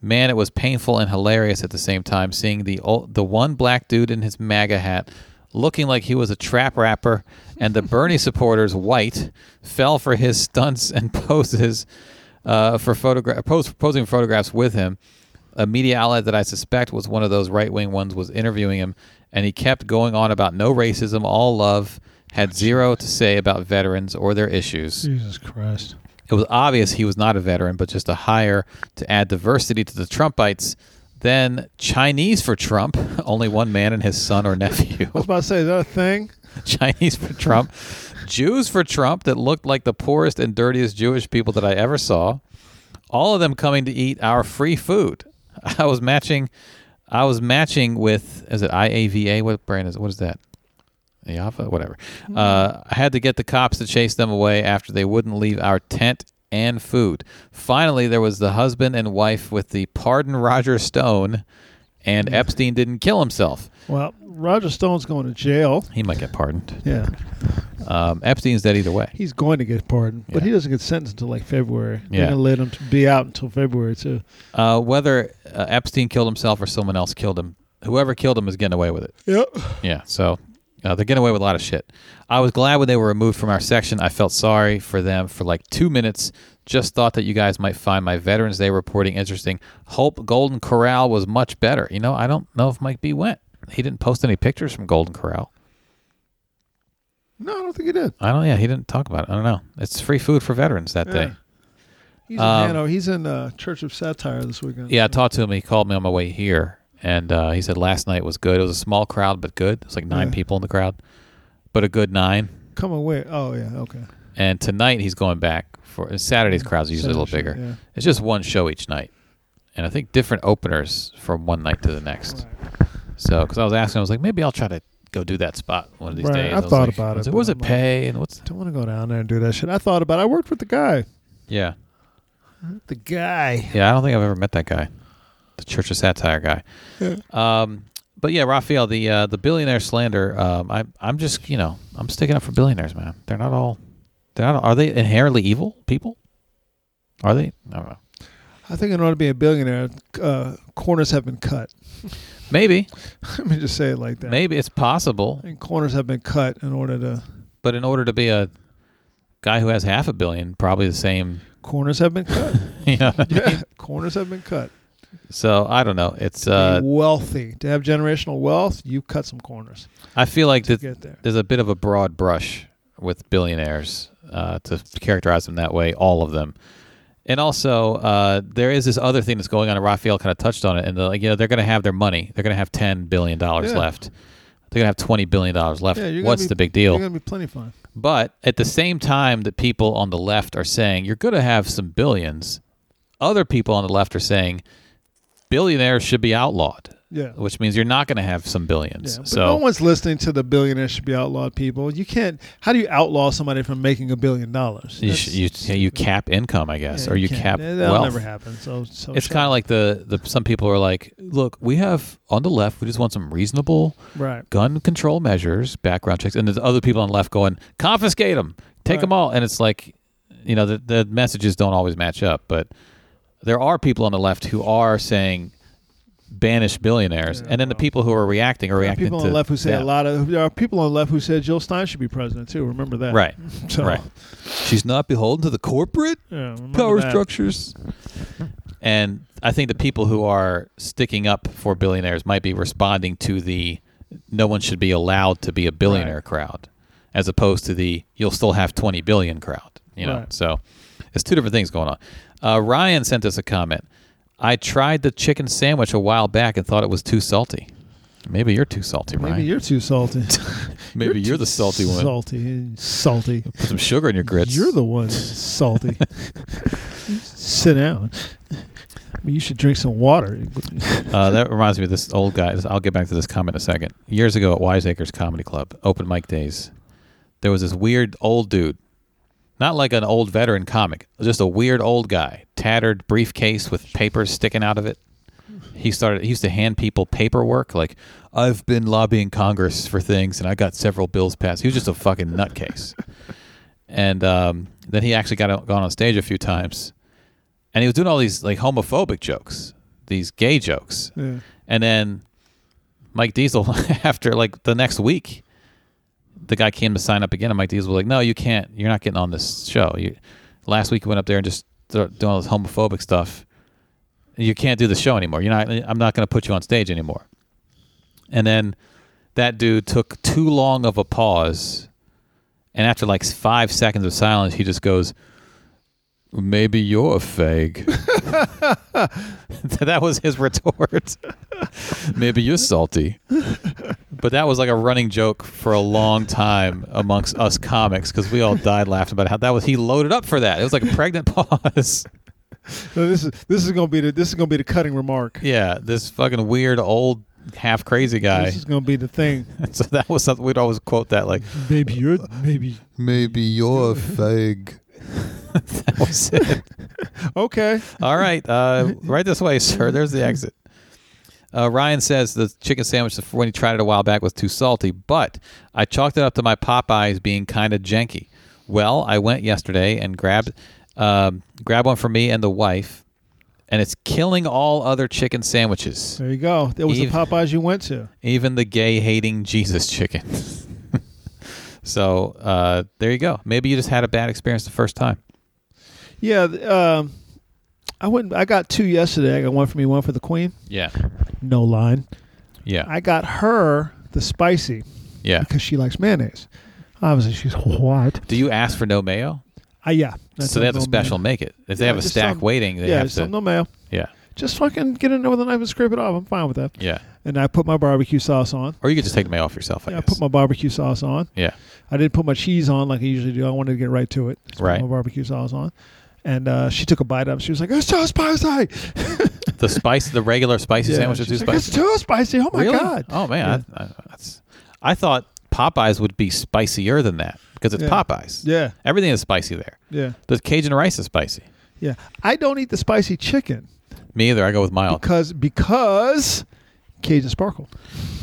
Speaker 3: Man, it was painful and hilarious at the same time seeing the old, the one black dude in his MAGA hat, looking like he was a trap rapper, and the Bernie supporters, white, fell for his stunts and [laughs] poses uh, for photogra- pose, posing photographs with him. A media outlet that I suspect was one of those right wing ones was interviewing him, and he kept going on about no racism, all love, had zero to say about veterans or their issues.
Speaker 2: Jesus Christ.
Speaker 3: It was obvious he was not a veteran, but just a hire to add diversity to the Trumpites. Then Chinese for Trump, [laughs] only one man and his son or nephew.
Speaker 2: I was about to say, is that a thing?
Speaker 3: [laughs] Chinese for Trump, Jews for Trump that looked like the poorest and dirtiest Jewish people that I ever saw. All of them coming to eat our free food. [laughs] I was matching, I was matching with is it IAVA? What brand is it? What is that? Yava, whatever. Uh, I had to get the cops to chase them away after they wouldn't leave our tent and food. Finally, there was the husband and wife with the pardon Roger Stone, and Epstein didn't kill himself.
Speaker 2: Well, Roger Stone's going to jail.
Speaker 3: He might get pardoned.
Speaker 2: Yeah.
Speaker 3: Um, Epstein's dead either way.
Speaker 2: He's going to get pardoned, but
Speaker 3: Yeah.
Speaker 2: he doesn't get sentenced until like February.
Speaker 3: Yeah.
Speaker 2: They're going to let him to be out until February, too.
Speaker 3: Uh, whether uh, Epstein killed himself or someone else killed him, whoever killed him is getting away with it.
Speaker 2: Yep.
Speaker 3: Yeah, so uh, they're getting away with a lot of shit. I was glad when they were removed from our section. I felt sorry for them for like two minutes. Just thought that you guys might find my Veterans Day reporting interesting. Hope Golden Corral was much better. You know, I don't know if Mike B went. he didn't post any pictures from Golden Corral.
Speaker 2: No, I don't think he did.
Speaker 3: I don't. Yeah, he didn't talk about it. I don't know. It's free food for veterans that day.
Speaker 2: Yeah. He's
Speaker 3: Um,
Speaker 2: in Hanover. He's in uh, Church of Satire this weekend.
Speaker 3: Yeah, I talked to him. He called me on my way here, and uh, he said last night was good. It was a small crowd, but good. It was like nine
Speaker 2: Yeah.
Speaker 3: people in the crowd, but a good nine.
Speaker 2: Come away. Oh yeah. Okay.
Speaker 3: And tonight he's going back for Saturday's crowds are usually a little
Speaker 2: Saturday,
Speaker 3: bigger.
Speaker 2: yeah.
Speaker 3: It's just one show each night, and I think different openers from one night to the next. So, because I was asking, I was like, maybe I'll try to go do that spot one of these
Speaker 2: Right,
Speaker 3: days.
Speaker 2: I
Speaker 3: was
Speaker 2: thought
Speaker 3: like-
Speaker 2: about
Speaker 3: I was
Speaker 2: it,
Speaker 3: like, what
Speaker 2: but
Speaker 3: does it
Speaker 2: I'm like-
Speaker 3: pay? And what's
Speaker 2: Don't want to go down there and do that shit. I thought about. it. I worked with the guy.
Speaker 3: yeah,
Speaker 2: The guy.
Speaker 3: yeah. I don't think I've ever met that guy, the Church of Satire guy. Um, but yeah, Raphael, the uh, the billionaire slander. Um, I I'm just you know I'm sticking up for billionaires, man. They're not all. They're not. Are they inherently evil people? Are they? I don't know.
Speaker 2: I think in order to be a billionaire, uh, corners have been cut. [laughs]
Speaker 3: Maybe,
Speaker 2: Let me just say it like that.
Speaker 3: maybe it's possible.
Speaker 2: I think corners have been cut in order to.
Speaker 3: But in order to be a guy who has half a billion, probably the same. [laughs]
Speaker 2: Corners have been cut.
Speaker 3: You know.
Speaker 2: yeah. [laughs] Corners have been cut.
Speaker 3: So I don't know. It's
Speaker 2: To
Speaker 3: uh,
Speaker 2: be wealthy to have generational wealth, you cut some corners
Speaker 3: I feel like
Speaker 2: to
Speaker 3: that
Speaker 2: get there.
Speaker 3: there's a bit of a broad brush with billionaires uh, to characterize them that way, all of them. And also, uh, there is this other thing that's going on, and Raphael kind of touched on it. And like, you know, they're going to have their money. They're going to have ten billion dollars
Speaker 2: Yeah.
Speaker 3: left. They're going to have twenty billion dollars left.
Speaker 2: Yeah, you're gonna
Speaker 3: What's
Speaker 2: be-
Speaker 3: the big deal?
Speaker 2: You're gonna be plenty fine.
Speaker 3: But at the same time that people on the left are saying you're going to have some billions, other people on the left are saying billionaires should be outlawed,
Speaker 2: Yeah.
Speaker 3: which means you're not going to have some
Speaker 2: Yeah,
Speaker 3: billions.
Speaker 2: but
Speaker 3: so
Speaker 2: no one's listening to the billionaires should be outlawed people. You can't. How do you outlaw somebody from making a billion dollars?
Speaker 3: you,
Speaker 2: That's-
Speaker 3: sh- you you cap income, I guess,
Speaker 2: yeah,
Speaker 3: or you,
Speaker 2: can't.
Speaker 3: cap
Speaker 2: That- That'll
Speaker 3: wealth.
Speaker 2: never happen. So, so
Speaker 3: it's kind of like the, the some people are like, look, we have on the left, we just want some reasonable
Speaker 2: right.
Speaker 3: gun control measures, background checks, and there's other people on the left going, confiscate them, take
Speaker 2: Right.
Speaker 3: them all, and it's like, you know, the, the messages don't always match up, but there are people on the left who are saying banish billionaires,
Speaker 2: Yeah,
Speaker 3: and then the
Speaker 2: well.
Speaker 3: people who are reacting are
Speaker 2: There are
Speaker 3: reacting
Speaker 2: people
Speaker 3: to
Speaker 2: on the left who say
Speaker 3: that.
Speaker 2: a lot of. There are people on the left who said Jill Stein should be president too. Remember that, [laughs]
Speaker 3: right,
Speaker 2: So,
Speaker 3: right. She's not beholden to the corporate
Speaker 2: yeah, remember
Speaker 3: power
Speaker 2: that.
Speaker 3: structures. And I think the people who are sticking up for billionaires might be responding to the no one should be allowed to be a billionaire
Speaker 2: Right.
Speaker 3: crowd as opposed to the you'll still have 20 billion crowd, you know.
Speaker 2: Right.
Speaker 3: So it's two different things going on. Uh, Ryan sent us a comment. I tried the chicken sandwich a while back and thought it was too salty. Maybe you're too salty,
Speaker 2: Maybe
Speaker 3: Ryan.
Speaker 2: you're too salty.
Speaker 3: [laughs] Maybe you're,
Speaker 2: too
Speaker 3: the salty one.
Speaker 2: Salty, salty.
Speaker 3: Put some sugar in your grits.
Speaker 2: You're the one salty.
Speaker 3: [laughs]
Speaker 2: Sit down. I mean, you should drink some water.
Speaker 3: [laughs] Uh, that reminds me of this old guy. I'll get back to this comment in a second. Years ago at Wiseacres Comedy Club, open mic days, there was this weird old dude, not like an old veteran comic, just a weird old guy, tattered briefcase with papers sticking out of it. He started. He used to hand people paperwork, like I've been lobbying Congress for things, and I got several bills passed. He was just a fucking nutcase. And um, then he actually got out, gone on stage a few times, and he was doing all these like homophobic jokes, these gay jokes,
Speaker 2: Yeah.
Speaker 3: and then Mike Diesel, [laughs] after like the next week, the guy came to sign up again, and Mike Diesel was like, "No, you can't. You're not getting on this show. You, last week you went up there and just th- doing all this homophobic stuff. You can't do the show anymore. You're not. I'm not going to put you on stage anymore." And then that dude took too long of a pause, and after like five seconds of silence, he just goes. Maybe you're a fag. [laughs] that was his retort. Maybe you're salty. But that was like a running joke for a long time amongst us comics because we all died laughing about how that was. He loaded up for that. It was like a pregnant [laughs] pause.
Speaker 2: So this is this is gonna be the this is gonna be the cutting remark.
Speaker 3: yeah, this fucking weird old half crazy guy.
Speaker 2: This is gonna be the thing.
Speaker 3: [laughs] so that was something we'd always quote that like [laughs]
Speaker 2: Maybe you're maybe
Speaker 4: Maybe you're a fag.
Speaker 3: that was it.
Speaker 2: okay.
Speaker 3: All right, uh, right this way, sir. There's the exit. Uh, Ryan says the chicken sandwich when he tried it a while back was too salty, but I chalked it up to my Popeyes being kind of janky. Well, I went yesterday and grabbed um, grabbed one for me and the wife, and it's killing all other chicken sandwiches,
Speaker 2: There you go. That was
Speaker 3: Eve-
Speaker 2: the Popeyes you went to.
Speaker 3: even the gay hating Jesus chicken. [laughs] so uh, there you go. Maybe you just had a bad experience the first time.
Speaker 2: Yeah. th- Um, I went. I got two yesterday. I got one for me, one for the Queen.
Speaker 3: Yeah,
Speaker 2: No line.
Speaker 3: Yeah.
Speaker 2: I got her the spicy
Speaker 3: yeah.
Speaker 2: because she likes mayonnaise. Obviously, she's white.
Speaker 3: Do you ask for no mayo?
Speaker 2: Uh, yeah. That's
Speaker 3: so they
Speaker 2: a
Speaker 3: have to
Speaker 2: no mayo.
Speaker 3: special make it. If they
Speaker 2: Yeah,
Speaker 3: have a
Speaker 2: just
Speaker 3: stack
Speaker 2: some-
Speaker 3: waiting, they
Speaker 2: yeah,
Speaker 3: have
Speaker 2: just
Speaker 3: to.
Speaker 2: some no mayo.
Speaker 3: yeah.
Speaker 2: Just fucking get in there with a knife and scrape it off. I'm fine with that.
Speaker 3: Yeah.
Speaker 2: And I put my barbecue sauce on.
Speaker 3: Or you could just take the mayo off yourself. I
Speaker 2: Yeah, I
Speaker 3: guess.
Speaker 2: put my barbecue sauce on.
Speaker 3: yeah.
Speaker 2: I didn't put my cheese on like I usually do. I wanted to get right to it. So I
Speaker 3: Right.
Speaker 2: Put my barbecue sauce on. And uh, she took a bite up. She was like, "It's too spicy."
Speaker 3: The spice, the regular
Speaker 2: [laughs]
Speaker 3: spicy
Speaker 2: Yeah,
Speaker 3: sandwich is
Speaker 2: she's
Speaker 3: too
Speaker 2: like,
Speaker 3: spicy.
Speaker 2: It's too spicy. Oh my
Speaker 3: really?
Speaker 2: god.
Speaker 3: Oh man,
Speaker 2: Yeah.
Speaker 3: I, I, that's, I thought Popeyes would be spicier than that because it's
Speaker 2: Yeah.
Speaker 3: Popeyes.
Speaker 2: Yeah.
Speaker 3: Everything is spicy there.
Speaker 2: Yeah.
Speaker 3: The Cajun rice is spicy.
Speaker 2: Yeah. I don't eat the spicy chicken
Speaker 3: Me either. I go with
Speaker 2: [laughs]
Speaker 3: mild.
Speaker 2: because because Cajun sparkle.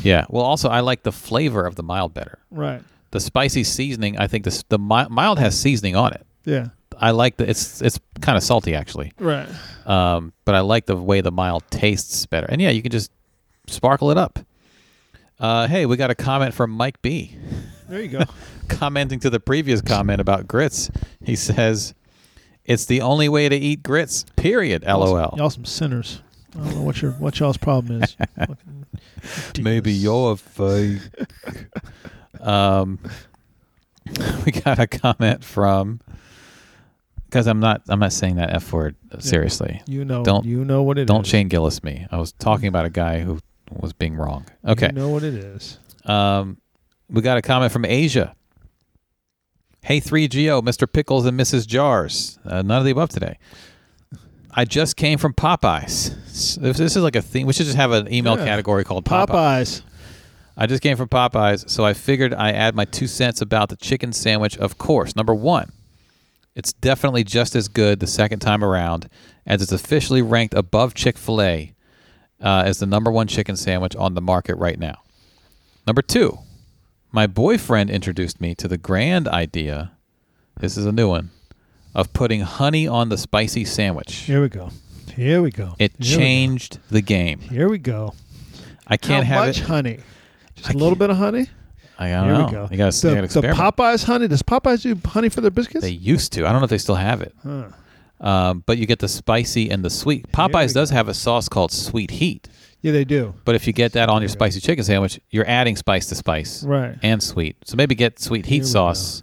Speaker 3: yeah. Well, also I like the flavor of the mild better.
Speaker 2: Right.
Speaker 3: The spicy seasoning, I think this the mi- mild has seasoning on it.
Speaker 2: Yeah.
Speaker 3: I like the it's it's kind of salty actually,
Speaker 2: Right.
Speaker 3: um, but I like the way the mild tastes better. And yeah, you can just sparkle it up. Uh, hey, we got a comment from Mike B.
Speaker 2: There you go.
Speaker 3: commenting to the previous comment about grits, he says, "It's the only way to eat grits." Period. [laughs] LOL.
Speaker 2: Y'all some sinners. I don't know what your what y'all's problem
Speaker 3: [laughs]
Speaker 2: is. Fucking ridiculous.
Speaker 4: Maybe you're fake.
Speaker 3: Um, [laughs] we got a comment from because I'm not I'm not saying that f word uh, seriously.
Speaker 2: You know.
Speaker 3: Don't-
Speaker 2: you know what it is.
Speaker 3: Don't Shane Gillis me. I was talking about a guy who was being wrong. Okay.
Speaker 2: You know what it is.
Speaker 3: Um, we got a comment from Asia. Hey, 3GO, Mr. Pickles and Mrs. Jars. Uh, none of the above today. I just came from Popeyes. S- This this is like a theme. We should just have an email
Speaker 2: Yeah.
Speaker 3: category called Popeyes.
Speaker 2: Popeyes.
Speaker 3: I just came from Popeyes, so I figured I add my two cents about the chicken sandwich. Of course, number one, it's definitely just as good the second time around, as it's officially ranked above Chick Fil A uh, as the number one chicken sandwich on the market right now. Number two, my boyfriend introduced me to the grand idea. This is a new one of putting honey on the spicy sandwich.
Speaker 2: Here we go. Here we go.
Speaker 3: It
Speaker 2: Here we go.
Speaker 3: changed the game.
Speaker 2: Here we go.
Speaker 3: I can't
Speaker 2: How
Speaker 3: have
Speaker 2: much
Speaker 3: it.
Speaker 2: honey? Just
Speaker 3: I
Speaker 2: a little bit of honey.
Speaker 3: I don't
Speaker 2: Here
Speaker 3: know.
Speaker 2: we go.
Speaker 3: You got
Speaker 2: the,
Speaker 3: to
Speaker 2: the
Speaker 3: experiment.
Speaker 2: Popeyes honey. Does Popeyes do honey for their biscuits?
Speaker 3: They used to. I don't know if they still have it.
Speaker 2: Huh.
Speaker 3: Um, but you get the spicy and the sweet.
Speaker 2: we
Speaker 3: Popeyes does have a sauce called Sweet Heat.
Speaker 2: Yeah, they do.
Speaker 3: But if you get that on your spicy chicken sandwich, you're adding spice to spice
Speaker 2: Right.
Speaker 3: and sweet. So maybe get sweet
Speaker 2: Here
Speaker 3: heat
Speaker 2: we
Speaker 3: sauce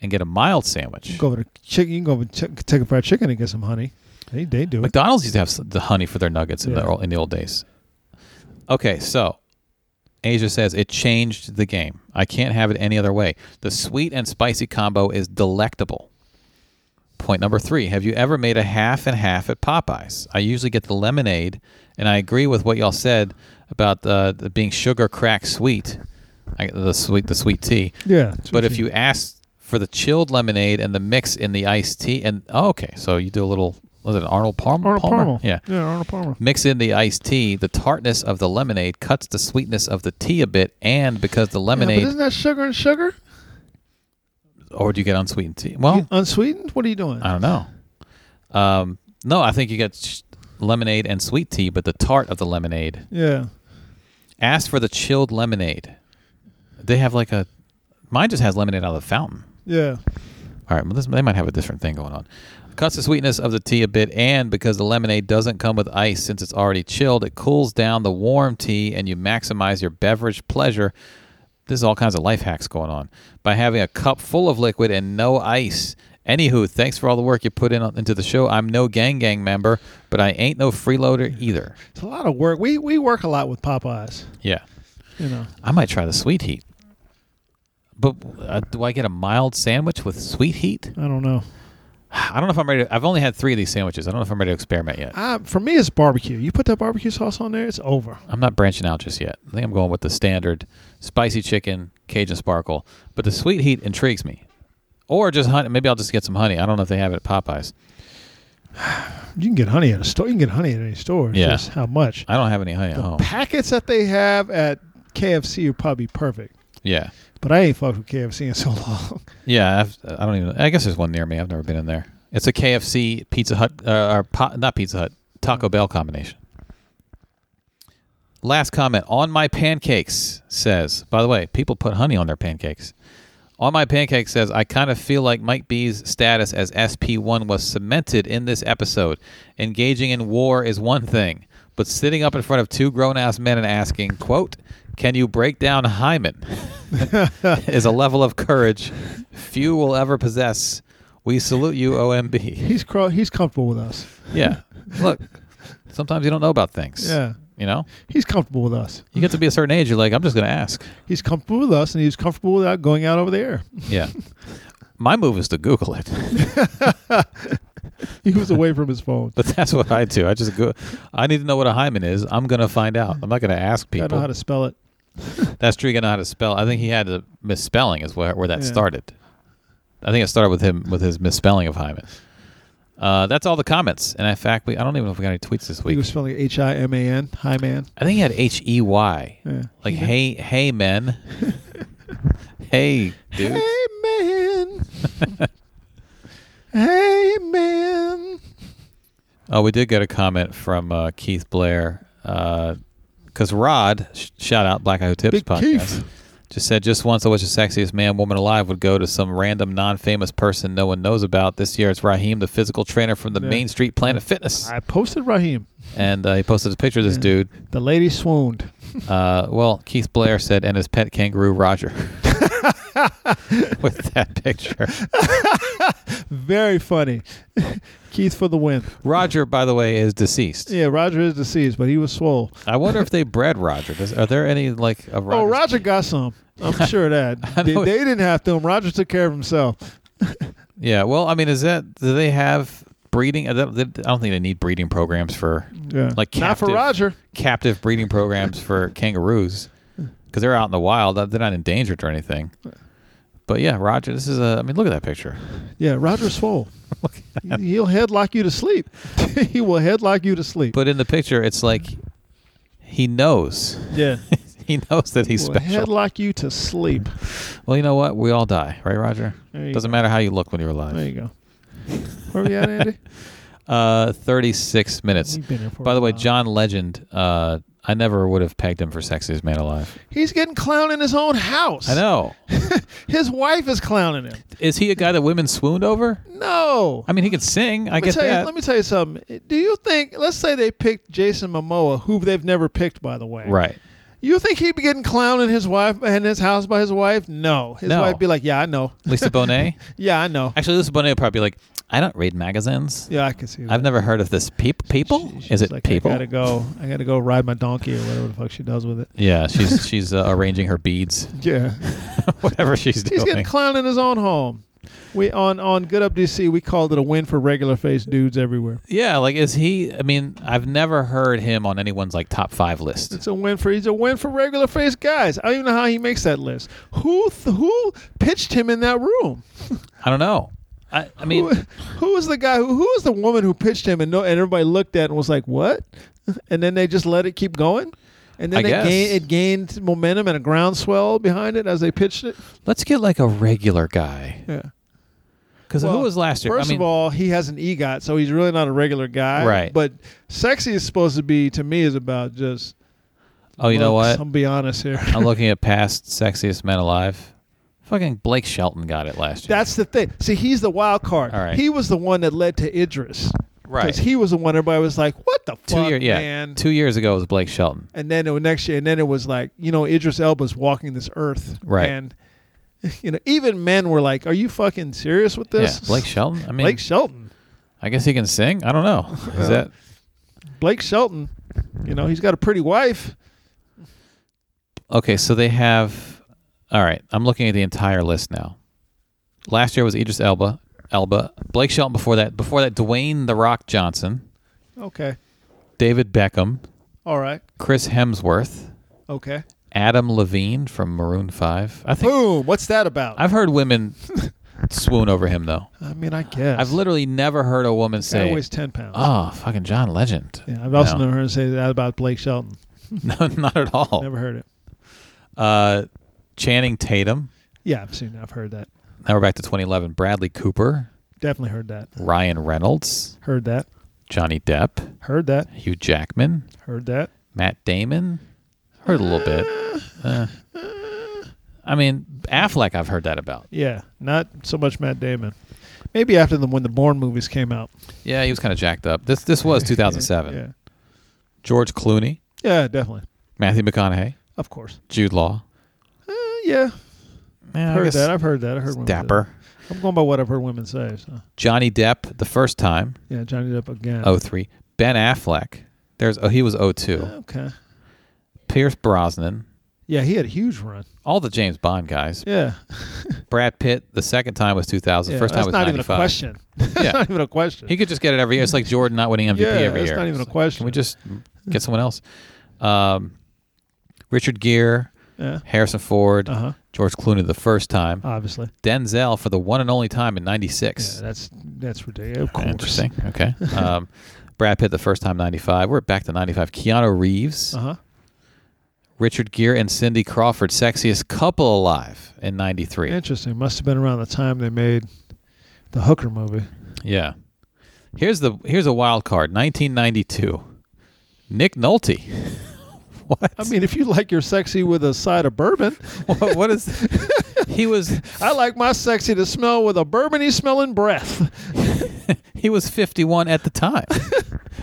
Speaker 3: and get a mild sandwich.
Speaker 2: Go over to chicken. You can go over to Ch- Kentucky Fried Chicken and get some honey. They they do it.
Speaker 3: McDonald's used to have s- the honey for their nuggets in, the,
Speaker 2: Yeah.
Speaker 3: ol- in the old days. Okay, so Asia says it changed the game. I can't have it any other way. The sweet and spicy combo is delectable. Point number three Have you ever made a half and half at Popeyes? I usually get the lemonade, and I agree with what y'all said about uh, the being sugar crack sweet, I, the sweet the sweet tea.
Speaker 2: Yeah. it's what
Speaker 3: But if you ask for the chilled lemonade and the mix in the iced tea, and oh, okay, so you do a little was it an Arnold Palmer?
Speaker 2: Arnold
Speaker 3: Palmer?
Speaker 2: Palmer.
Speaker 3: yeah.
Speaker 2: Yeah, Arnold Palmer.
Speaker 3: Mix in the iced tea. The tartness of the lemonade cuts the sweetness of the tea a bit, and because the
Speaker 2: Yeah, but
Speaker 3: lemonade,
Speaker 2: isn't that sugar and sugar?
Speaker 3: or do you get unsweetened tea? Well,
Speaker 2: You- unsweetened. What are you doing?
Speaker 3: I don't know. Um, no, I think you get sh- lemonade and sweet tea, but the tart of the lemonade.
Speaker 2: yeah.
Speaker 3: Ask for the chilled lemonade. They have like a mine just has lemonade out of the fountain.
Speaker 2: Yeah.
Speaker 3: All right, well, this, they might have a different thing going on. Cuts the sweetness of the tea a bit, and because the lemonade doesn't come with ice since it's already chilled, it cools down the warm tea, and you maximize your beverage pleasure. This is all kinds of life hacks going on by having a cup full of liquid and no ice. Anywho, thanks for all the work you put in into the show. I'm no gang gang member, but I ain't no freeloader either.
Speaker 2: It's a lot of work. We we work a lot with Popeyes.
Speaker 3: Yeah,
Speaker 2: You know.
Speaker 3: I might try the sweet heat. But uh, do I get a mild sandwich with sweet heat?
Speaker 2: I don't know.
Speaker 3: I don't know if I'm ready. To, I've only had three of these sandwiches. I don't know if I'm ready to experiment yet.
Speaker 2: I, for me, it's barbecue. You put that barbecue sauce on there, it's over.
Speaker 3: I'm not branching out just yet. I think I'm going with the standard spicy chicken, Cajun sparkle. But the sweet heat intrigues me. Or just honey. Maybe I'll just get some honey. I don't know if they have it at Popeyes.
Speaker 2: You can get honey at a store. You can get honey at any store. It's
Speaker 3: Yeah. Oh.
Speaker 2: just how much?
Speaker 3: I don't have any honey at home.
Speaker 2: Packets that they have at KFC are probably perfect.
Speaker 3: Yeah.
Speaker 2: But I ain't fucked with KFC in so [laughs] long.
Speaker 3: Yeah. I've, I don't even. I guess there's one near me. I've never been in there. It's a KFC, Pizza Hut, uh, or po- not Pizza Hut, Taco Bell combination. Last comment on my pancakes says, by the way, people put honey on their pancakes. On my pancake says, I kind of feel like Mike B's status as SP1 was cemented in this episode. Engaging in war is one thing, but sitting up in front of two grown ass men and asking, quote, can you break down hymen [laughs] is a level of courage few will ever possess. We salute you, OMB.
Speaker 2: He's cro- he's comfortable with us.
Speaker 3: [laughs] Yeah. Look, sometimes you don't know about things.
Speaker 2: Yeah.
Speaker 3: You know?
Speaker 2: He's comfortable with us.
Speaker 3: You get to be a certain age, you're like, I'm just gonna ask.
Speaker 2: He's comfortable with us, and he's comfortable without going out over the air.
Speaker 3: Yeah. [laughs] My move is to Google it.
Speaker 2: [laughs]
Speaker 3: [laughs]
Speaker 2: He was away from his phone.
Speaker 3: But that's what I do. I just go. I need to know what a hymen is. I'm gonna find out. I'm not gonna ask
Speaker 2: I
Speaker 3: [laughs] people.
Speaker 2: don't know how to spell it.
Speaker 3: that's true. You gotta know how to spell. I think he had a misspelling is where where that
Speaker 2: Yeah.
Speaker 3: started. I think it started with him with his misspelling of hymen. Uh, that's all the comments. And in fact, we I don't even know if we got any tweets this
Speaker 2: He
Speaker 3: week.
Speaker 2: was spelling H I M A N. Hi, man.
Speaker 3: I think he had H E Y.
Speaker 2: Yeah.
Speaker 3: Like hey
Speaker 2: [laughs]
Speaker 3: hey men. hey dude.
Speaker 2: Hey, man. hey,
Speaker 3: [laughs]
Speaker 2: man.
Speaker 3: Oh, we did get a comment from uh, Keith Blair because Rod, sh- shout out Black Eye Who Tips
Speaker 2: Big
Speaker 3: podcast,
Speaker 2: Keith.
Speaker 3: just said just once I wish the sexiest man woman alive would go to some random non-famous person no one knows about. This year it's Raheem, the physical trainer from the
Speaker 2: Yeah.
Speaker 3: Main Street Planet Fitness,
Speaker 2: I posted Raheem.
Speaker 3: and uh, he posted a picture of this dude.
Speaker 2: The lady
Speaker 3: [laughs]
Speaker 2: swooned.
Speaker 3: Uh, well, Keith Blair said, and his pet
Speaker 2: [laughs]
Speaker 3: kangaroo Roger. [laughs] With that picture,
Speaker 2: Very funny. [laughs] Keith for the win.
Speaker 3: Roger, by the way, is deceased.
Speaker 2: Yeah, Roger is deceased, but he was swole.
Speaker 3: I wonder if they bred Roger. Does, are there any like of
Speaker 2: Oh,
Speaker 3: Roger's
Speaker 2: Roger got some.
Speaker 3: [laughs]
Speaker 2: I'm sure of
Speaker 3: I
Speaker 2: that. they,
Speaker 3: know.
Speaker 2: they didn't have to. Roger took care of himself.
Speaker 3: Yeah, well, I mean, is that do they have breeding? I don't, I don't think they need breeding programs for
Speaker 2: Yeah.
Speaker 3: Like
Speaker 2: Not for
Speaker 3: captive.
Speaker 2: Roger.
Speaker 3: captive breeding programs for kangaroos because they're out in the wild. They're not endangered or anything. But yeah, Roger, this is a. I mean, look at that picture. [laughs]
Speaker 2: Yeah, Roger swole. He'll headlock you to sleep. [laughs] he will headlock you to sleep.
Speaker 3: But in the picture, it's like he knows. [laughs]
Speaker 2: yeah.
Speaker 3: He knows that he's
Speaker 2: will
Speaker 3: special.
Speaker 2: headlock you to sleep.
Speaker 3: well, you know what? We all die, right, Roger?
Speaker 2: There you
Speaker 3: Doesn't
Speaker 2: go.
Speaker 3: matter how you look when you're
Speaker 2: There you
Speaker 3: alive.
Speaker 2: go. Where we at,
Speaker 3: [laughs]
Speaker 2: Andy?
Speaker 3: Uh, 36 minutes.
Speaker 2: We've been here for
Speaker 3: By
Speaker 2: a
Speaker 3: the way,
Speaker 2: while.
Speaker 3: John Legend. Uh, I never would have pegged him for sexiest man alive.
Speaker 2: He's getting clowned in his own house.
Speaker 3: I know.
Speaker 2: [laughs] His wife is clowning him.
Speaker 3: Is he a guy that women swooned over?
Speaker 2: No.
Speaker 3: I mean, he could sing. I
Speaker 2: Let me
Speaker 3: get
Speaker 2: tell you-
Speaker 3: that.
Speaker 2: let me tell you something. Do you think, let's say they picked Jason Momoa, who they've never picked, by the way.
Speaker 3: right.
Speaker 2: You think he'd be getting clowned in his wife and his house by his wife? No. His
Speaker 3: No.
Speaker 2: wife be like, yeah, I know.
Speaker 3: Lisa Bonet.
Speaker 2: Yeah, I know.
Speaker 3: Actually, Lisa Bonet would probably be like, I don't read magazines.
Speaker 2: yeah, I can see that.
Speaker 3: I've never heard of this. Peep- people?
Speaker 2: She-
Speaker 3: Is
Speaker 2: she's
Speaker 3: it
Speaker 2: like,
Speaker 3: people?
Speaker 2: I gotta go. I gotta go ride my donkey or whatever the fuck she does
Speaker 3: [laughs]
Speaker 2: with it.
Speaker 3: Yeah, she's she's uh, arranging her beads, [laughs]
Speaker 2: Yeah,
Speaker 3: whatever she's
Speaker 2: [laughs] he's
Speaker 3: doing.
Speaker 2: getting clowned in his own home. We on on Good Up DC. We called it a win for regular face dudes everywhere.
Speaker 3: yeah, like is he? I mean, I've never heard him on anyone's like top five list.
Speaker 2: It's a win for he's a win for regular face guys. I don't even know how he makes that list. Who th- who pitched him in that room?
Speaker 3: I don't know. I, I mean,
Speaker 2: Who, who was the guy? Who, who was the woman who pitched him? And no, and everybody looked at it and was like, "What?" [laughs] And then they just let it keep going. And then
Speaker 3: I
Speaker 2: it,
Speaker 3: guess.
Speaker 2: gained, it gained momentum and a groundswell behind it as they pitched it.
Speaker 3: let's get like a regular guy.
Speaker 2: Yeah.
Speaker 3: Because
Speaker 2: Well,
Speaker 3: who was last year?
Speaker 2: First
Speaker 3: I mean,
Speaker 2: of all, he has an EGOT, so he's really not a regular guy.
Speaker 3: Right.
Speaker 2: But sexy is supposed to be to me is about just.
Speaker 3: oh, you know
Speaker 2: looks.
Speaker 3: what?
Speaker 2: I'm be honest here.
Speaker 3: I'm looking at past sexiest men alive. Fucking Blake Shelton got it last year.
Speaker 2: That's the thing. See, he's the wild card.
Speaker 3: All right.
Speaker 2: He was the one that led to Idris.
Speaker 3: Right.
Speaker 2: Because he was the one everybody was like, "What the
Speaker 3: two
Speaker 2: fuck,
Speaker 3: year, yeah,
Speaker 2: man?"
Speaker 3: two years ago it was Blake Shelton.
Speaker 2: and then it was next year, and then it was like, you know, Idris Elba's walking this earth,
Speaker 3: Right.
Speaker 2: And [laughs] you know, even men were like, "Are you fucking serious with this?"
Speaker 3: yeah, Blake Shelton. I mean,
Speaker 2: Blake Shelton.
Speaker 3: I guess he can sing. I
Speaker 2: [laughs]
Speaker 3: don't know. Is that
Speaker 2: Blake Shelton. You know, he's got a pretty wife.
Speaker 3: okay? So they have. All right, I'm looking at the entire list now. Last year was Idris Elba, Elba, Blake Shelton. Before that, before that, Dwayne the Rock Johnson,
Speaker 2: Okay.
Speaker 3: David Beckham,
Speaker 2: All right.
Speaker 3: Chris Hemsworth,
Speaker 2: Okay.
Speaker 3: Adam Levine from Maroon Five. I think
Speaker 2: Boom. What's that about?
Speaker 3: I've
Speaker 2: [laughs]
Speaker 3: heard women swoon over him though.
Speaker 2: I mean, I guess.
Speaker 3: I've literally never heard a woman
Speaker 2: I
Speaker 3: say,
Speaker 2: weighs 10 pounds.
Speaker 3: "Oh, fucking John Legend."
Speaker 2: yeah, I've also
Speaker 3: no.
Speaker 2: never heard say that about Blake Shelton.
Speaker 3: [laughs] No, not at all.
Speaker 2: Never heard it.
Speaker 3: Uh, Channing Tatum.
Speaker 2: Yeah, I've seen I've heard that.
Speaker 3: Now we're back to 2011. Bradley Cooper,
Speaker 2: Definitely heard that.
Speaker 3: Ryan Reynolds,
Speaker 2: Heard that.
Speaker 3: Johnny Depp,
Speaker 2: Heard that.
Speaker 3: Hugh Jackman,
Speaker 2: Heard that.
Speaker 3: Matt Damon. Heard a little bit. Uh, I mean, Affleck, I've heard that about.
Speaker 2: Yeah, not so much Matt Damon. Maybe after the when the Bourne movies came out. [laughs]
Speaker 3: Yeah, he was kind of jacked up. This this was 2007.
Speaker 2: Yeah.
Speaker 3: George Clooney,
Speaker 2: Yeah, definitely.
Speaker 3: Matthew McConaughey,
Speaker 2: Of course.
Speaker 3: Jude Law.
Speaker 2: Uh, yeah,
Speaker 3: Yeah, I
Speaker 2: heard
Speaker 3: guess
Speaker 2: that. I've heard that. I heard
Speaker 3: it's
Speaker 2: women say that.
Speaker 3: Dapper.
Speaker 2: I'm going by what I've heard women say. So.
Speaker 3: Johnny Depp the first time,
Speaker 2: Yeah, Johnny Depp again.
Speaker 3: oh three. Ben Affleck. There's oh he was oh two.
Speaker 2: okay.
Speaker 3: Pierce Brosnan.
Speaker 2: Yeah, he had a huge run.
Speaker 3: All the James Bond guys.
Speaker 2: Yeah,
Speaker 3: Brad Pitt the second time was 2000.
Speaker 2: yeah
Speaker 3: first time
Speaker 2: that's
Speaker 3: was
Speaker 2: not
Speaker 3: 95.
Speaker 2: even a question. [laughs] that's
Speaker 3: Yeah.
Speaker 2: not even a question.
Speaker 3: He could just get it every year. It's like Jordan not winning MVP
Speaker 2: yeah,
Speaker 3: every
Speaker 2: that's
Speaker 3: year.
Speaker 2: not even a
Speaker 3: It's like,
Speaker 2: question.
Speaker 3: Can we just get someone else? Um, Richard Gere,
Speaker 2: yeah.
Speaker 3: Harrison Ford,
Speaker 2: Uh huh.
Speaker 3: George Clooney the first time,
Speaker 2: Obviously.
Speaker 3: Denzel for the one and only time in
Speaker 2: Uh-huh. Yeah,
Speaker 3: '96.
Speaker 2: that's that's ridiculous. Of course.
Speaker 3: Interesting.
Speaker 2: [laughs]
Speaker 3: Okay. um, Brad Pitt the first time '95. We're back to '95. Keanu Reeves,
Speaker 2: Uh huh.
Speaker 3: Richard Gere, and Cindy Crawford, sexiest couple alive in '93.
Speaker 2: Interesting. Must have been around the time they made the Hooker movie.
Speaker 3: Yeah. Here's the here's a wild card. 1992. Nick Nolte. [laughs] what?
Speaker 2: I mean, [laughs] if you like your sexy with a side of bourbon,
Speaker 3: what, what is? [laughs] He was
Speaker 2: I like my sexy to smell with a bourbony smelling breath. [laughs]
Speaker 3: he was 51 at the time.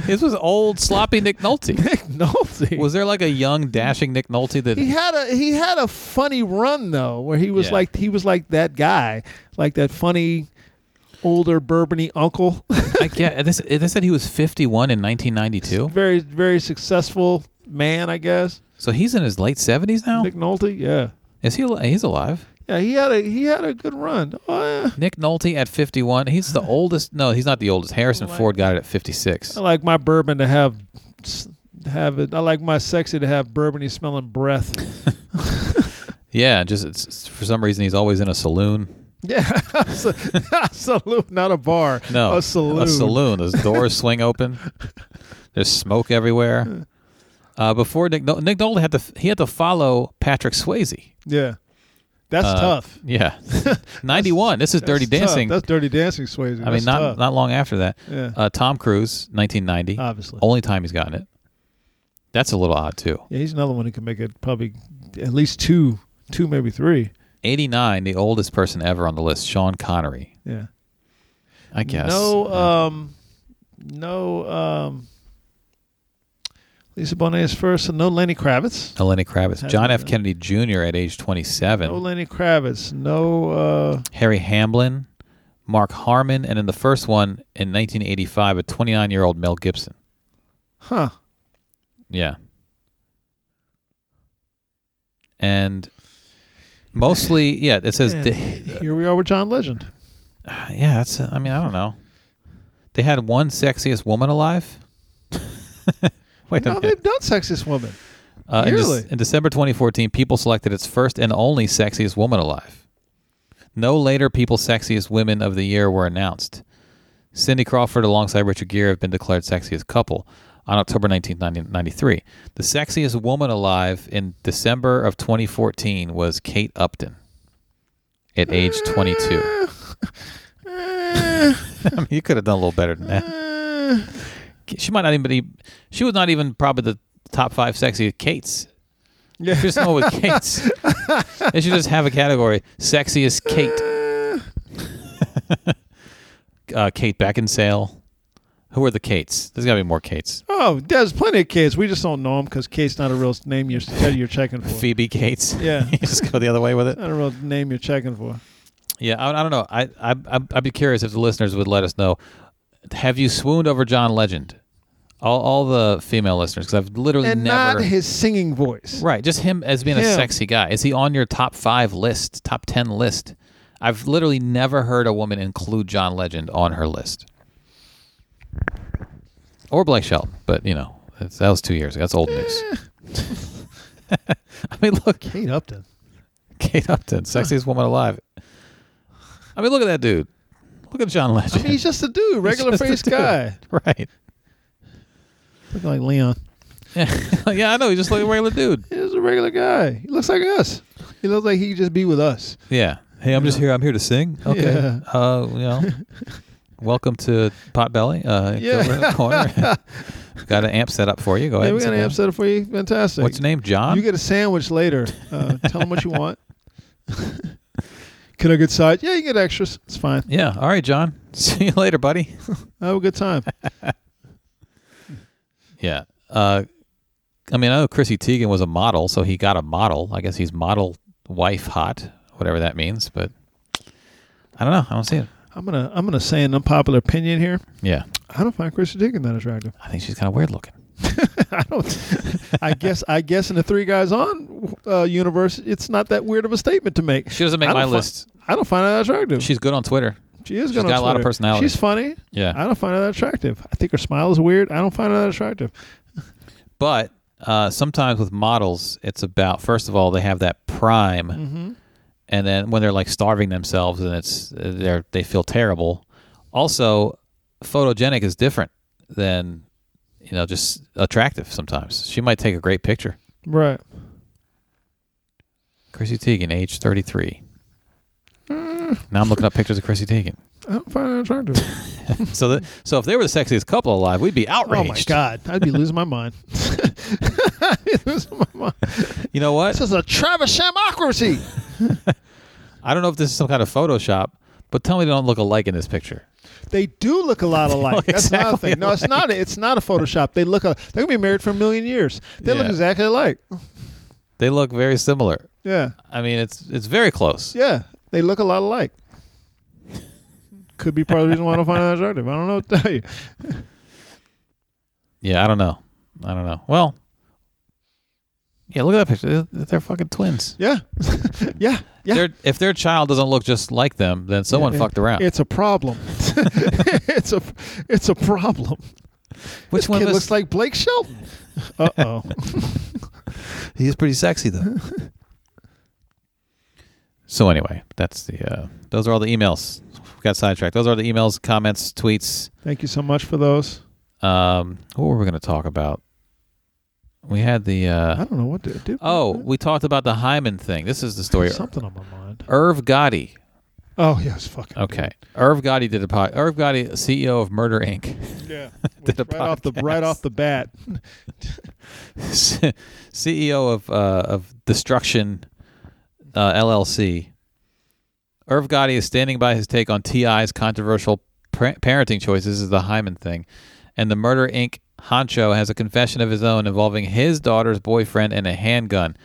Speaker 3: this was old sloppy Nick
Speaker 2: [laughs]
Speaker 3: Nolte.
Speaker 2: Nick Nolte.
Speaker 3: Was there like a young dashing Nick Nolte that?
Speaker 2: he had a he had a funny run though, where he was
Speaker 3: Yeah.
Speaker 2: like he was like that guy, like that funny older bourbony uncle, [laughs]
Speaker 3: I get uh, this. They said he was 51 in 1992.
Speaker 2: very very successful man, I guess.
Speaker 3: So he's in his late 70s now.
Speaker 2: Nick Nolte, yeah,
Speaker 3: Is he? al- He's alive.
Speaker 2: yeah, he had a he had a good run. Oh, yeah.
Speaker 3: Nick Nolte at 51. He's the oldest. No, he's not the oldest. Harrison Ford got it at 56.
Speaker 2: I like my bourbon to have have it. I like my sexy to have bourbony smelling breath.
Speaker 3: Yeah, just it's, it's- for some reason he's always in a saloon.
Speaker 2: [laughs] Yeah, [laughs] saloon, not a bar.
Speaker 3: No,
Speaker 2: a saloon.
Speaker 3: A saloon. Those doors
Speaker 2: [laughs]
Speaker 3: swing open. There's smoke everywhere. Uh, before Nick, Nol- Nick Nolte had to f- he had to follow Patrick Swayze.
Speaker 2: Yeah, that's
Speaker 3: Uh,
Speaker 2: tough. [laughs]
Speaker 3: Yeah, 91. This is Dirty
Speaker 2: That's tough.
Speaker 3: Dancing.
Speaker 2: That's Dirty Dancing, Swayze.
Speaker 3: I mean,
Speaker 2: That's
Speaker 3: not
Speaker 2: tough.
Speaker 3: not long after that.
Speaker 2: Yeah. Uh,
Speaker 3: Uh, Tom Cruise, 1990.
Speaker 2: Obviously.
Speaker 3: Only time he's gotten it. That's a little odd too.
Speaker 2: Yeah, he's another one who can make it probably at least two, two maybe three.
Speaker 3: 89, the oldest person ever on the list, Sean Connery.
Speaker 2: Yeah.
Speaker 3: I guess.
Speaker 2: No, um, no, um, Lisa Bonet's first, and no Lenny Kravitz.
Speaker 3: Uh, Lenny Kravitz,
Speaker 2: Hasn't
Speaker 3: John F.
Speaker 2: been.
Speaker 3: Kennedy Jr. at age 27.
Speaker 2: No Lenny Kravitz. No. Uh,
Speaker 3: Harry Hamlin, Mark Harmon, and in the first one in 1985, a 29 year old Mel Gibson.
Speaker 2: huh.
Speaker 3: Yeah. And mostly, yeah, it says,
Speaker 2: Man,
Speaker 3: they-
Speaker 2: Here we are with John Legend.
Speaker 3: [sighs] yeah, that's, I mean, I don't know. They had one sexiest woman alive. [laughs] [laughs] Wait a
Speaker 2: No,
Speaker 3: minute.
Speaker 2: they've done Sexiest Woman.
Speaker 3: Uh, in, Dec-
Speaker 2: really?
Speaker 3: in December 2014, People selected its first and only sexiest woman alive. No later People sexiest women of the year were announced. Cindy Crawford alongside Richard Gere have been declared sexiest couple on October 19, 1993. The sexiest woman alive in December of 2014 was Kate Upton at age 22.
Speaker 2: Eh,
Speaker 3: I mean, [laughs] you could have done a little better than that.
Speaker 2: eh.
Speaker 3: She might not even be, she was not even probably the top five sexiest Kates
Speaker 2: yeah.
Speaker 3: Just someone with Kates.
Speaker 2: [laughs]
Speaker 3: they should just have a category: sexiest Kate. uh, Kate Beckinsale. Who are the Kates? There's got to be more Kates.
Speaker 2: [laughs] Oh, there's plenty of Kates. We just don't know them because Kate's not a real name
Speaker 3: [laughs]
Speaker 2: you're, you're checking for.
Speaker 3: Phoebe Kates.
Speaker 2: Yeah.
Speaker 3: [laughs] You just go the other way with it.
Speaker 2: Not a real name you're checking for.
Speaker 3: Yeah, I, I don't know. I, I I'd- I'd be curious if the listeners would let us know. Have you swooned over John Legend? All all the female listeners, because I've literally
Speaker 2: And
Speaker 3: never.
Speaker 2: not his singing voice.
Speaker 3: Right, just him as being a
Speaker 2: Him.
Speaker 3: sexy guy. Is he on your top five list, top ten list? I've literally never heard a woman include John Legend on her list, or Blake Shelton. But you know, that's, that was two years. ago. That's old news.
Speaker 2: Eh.
Speaker 3: [laughs] I mean, look,
Speaker 2: Kate Upton.
Speaker 3: Kate Upton, sexiest woman alive. I mean, look at that dude. Look at John Legend.
Speaker 2: I mean, he's just a dude, regular
Speaker 3: just a
Speaker 2: faced
Speaker 3: dude.
Speaker 2: guy.
Speaker 3: [laughs] right? [laughs]
Speaker 2: Looking like Leon.
Speaker 3: yeah, I know. He's just like a regular dude.
Speaker 2: He's just a regular guy. He looks like us. He looks like he could just be with us.
Speaker 3: Yeah. Hey, I'm just here. I'm here to sing. Okay.
Speaker 2: Yeah.
Speaker 3: Uh, you know, welcome to Potbelly. Uh,
Speaker 2: Yeah.
Speaker 3: go around the corner. got an amp set up for you. Go
Speaker 2: Hey,
Speaker 3: ahead.
Speaker 2: we
Speaker 3: and
Speaker 2: got
Speaker 3: sit
Speaker 2: an amp
Speaker 3: down.
Speaker 2: set up for you. Fantastic.
Speaker 3: What's your name, John?
Speaker 2: You get a sandwich later. Uh, tell him what you want. [laughs] Can I get side? Yeah, you can get extras. It's fine.
Speaker 3: yeah. All right, [laughs] John. See you later, buddy.
Speaker 2: Have a good time.
Speaker 3: Yeah. uh, I mean, I know Chrissy Teigen was a model, so he got a model. I guess he's model wife hot, whatever that means. But I don't know. I don't see it.
Speaker 2: I'm gonna I'm gonna say an unpopular opinion here.
Speaker 3: Yeah,
Speaker 2: I don't find Chrissy Teigen that attractive. [laughs]
Speaker 3: I think she's kind of weird looking.
Speaker 2: I don't. I guess I guess in the Three Guys On uh, universe, it's not that weird of a statement to make.
Speaker 3: She doesn't make
Speaker 2: I
Speaker 3: my
Speaker 2: don't fi-
Speaker 3: list.
Speaker 2: I don't find her that attractive.
Speaker 3: She's good on Twitter.
Speaker 2: she is
Speaker 3: she's
Speaker 2: good on
Speaker 3: got a lot of
Speaker 2: Twitter.
Speaker 3: personality.
Speaker 2: She's funny.
Speaker 3: Yeah,
Speaker 2: I don't find her that attractive. I think her smile is weird. I don't find her that attractive.
Speaker 3: but uh, sometimes with models, it's about first of all they have that prime,
Speaker 2: Mm-hmm.
Speaker 3: and then when they're like starving themselves and it's they're they feel terrible. Also, photogenic is different than you know just attractive. Sometimes she might take a great picture.
Speaker 2: Right.
Speaker 3: Chrissy Teigen, age 33.
Speaker 2: Mm.
Speaker 3: Now I'm looking up pictures of Chrissy Teigen.
Speaker 2: I don't find her attractive.
Speaker 3: So that so if they were the sexiest couple alive, we'd be outraged.
Speaker 2: Oh my god, I'd be losing my
Speaker 3: [laughs]
Speaker 2: mind. [laughs] I'd be losing my mind.
Speaker 3: You know what?
Speaker 2: [laughs] This is a Travis Shamocracy.
Speaker 3: I don't know if this is some kind of Photoshop, but tell me they don't look alike in this picture.
Speaker 2: They do look a
Speaker 3: [laughs]
Speaker 2: lot alike. That's another
Speaker 3: exactly
Speaker 2: thing. No, it's not. It's not a Photoshop. They look. A, they're gonna be married for a million years. They look
Speaker 3: Yeah.
Speaker 2: exactly alike.
Speaker 3: They look very similar.
Speaker 2: Yeah,
Speaker 3: I mean, it's it's very close.
Speaker 2: yeah. They look a lot alike. Could be part of the reason why I don't find that attractive. I don't know what to tell you.
Speaker 3: Yeah, I don't know. I don't know. Well, yeah, look at that picture. They're, they're fucking twins.
Speaker 2: Yeah, [laughs] yeah, yeah.
Speaker 3: Their- if their child doesn't look just like them, then someone
Speaker 2: It-
Speaker 3: fucked around.
Speaker 2: It's a problem. [laughs] it's a it's a problem.
Speaker 3: Which
Speaker 2: This
Speaker 3: one
Speaker 2: kid
Speaker 3: of us-
Speaker 2: looks like Blake Shelton? Uh oh.
Speaker 3: He's pretty sexy
Speaker 2: [laughs]
Speaker 3: though. so anyway, that's the uh, those are all the emails. We got sidetracked. Those are the emails, comments, tweets.
Speaker 2: Thank you so much for those.
Speaker 3: Um, what were we going to talk about? We had the
Speaker 2: I
Speaker 3: uh,
Speaker 2: don't know what to do.
Speaker 3: oh, we talked about the Hyman thing. This is the story.
Speaker 2: something on my mind.
Speaker 3: Irv Gotti.
Speaker 2: Oh yes, fucking
Speaker 3: Okay, Irv Gotti did a pod. Irv Gotti, CEO of Murder Inc. [laughs]
Speaker 2: Yeah,
Speaker 3: Did a
Speaker 2: right off the right
Speaker 3: podcast.
Speaker 2: off the bat.
Speaker 3: CEO of uh, of Destruction uh, LLC. Irv Gotti is standing by his take on Ti's controversial par- parenting choices. Is the Hyman thing, and the Murder Inc. Honcho has a confession of his own involving his daughter's boyfriend and a handgun.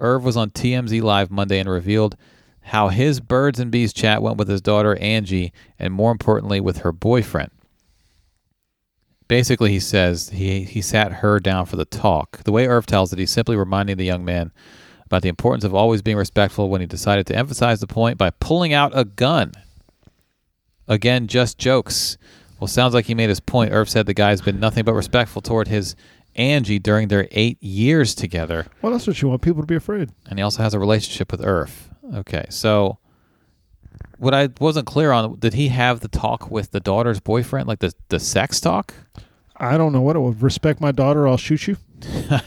Speaker 3: Irv was on TMZ Live Monday and revealed how his birds and bees chat went with his daughter Angie, and more importantly, with her boyfriend basically he says he he sat her down for the talk. The way Irv tells it, he's simply reminding the young man about the importance of always being respectful when he decided to emphasize the point by pulling out a gun. Again, just jokes. Well, sounds like he made his point. Irv said the guy's been nothing but respectful toward his Angie during their eight years together
Speaker 2: Well, that's what you want people to be afraid.
Speaker 3: and he also has a relationship with Earth. Okay, so what I wasn't clear on did he have the talk with the daughter's boyfriend, like the the sex talk? [laughs]
Speaker 2: I don't know what it was. Respect my daughter, or I'll shoot you.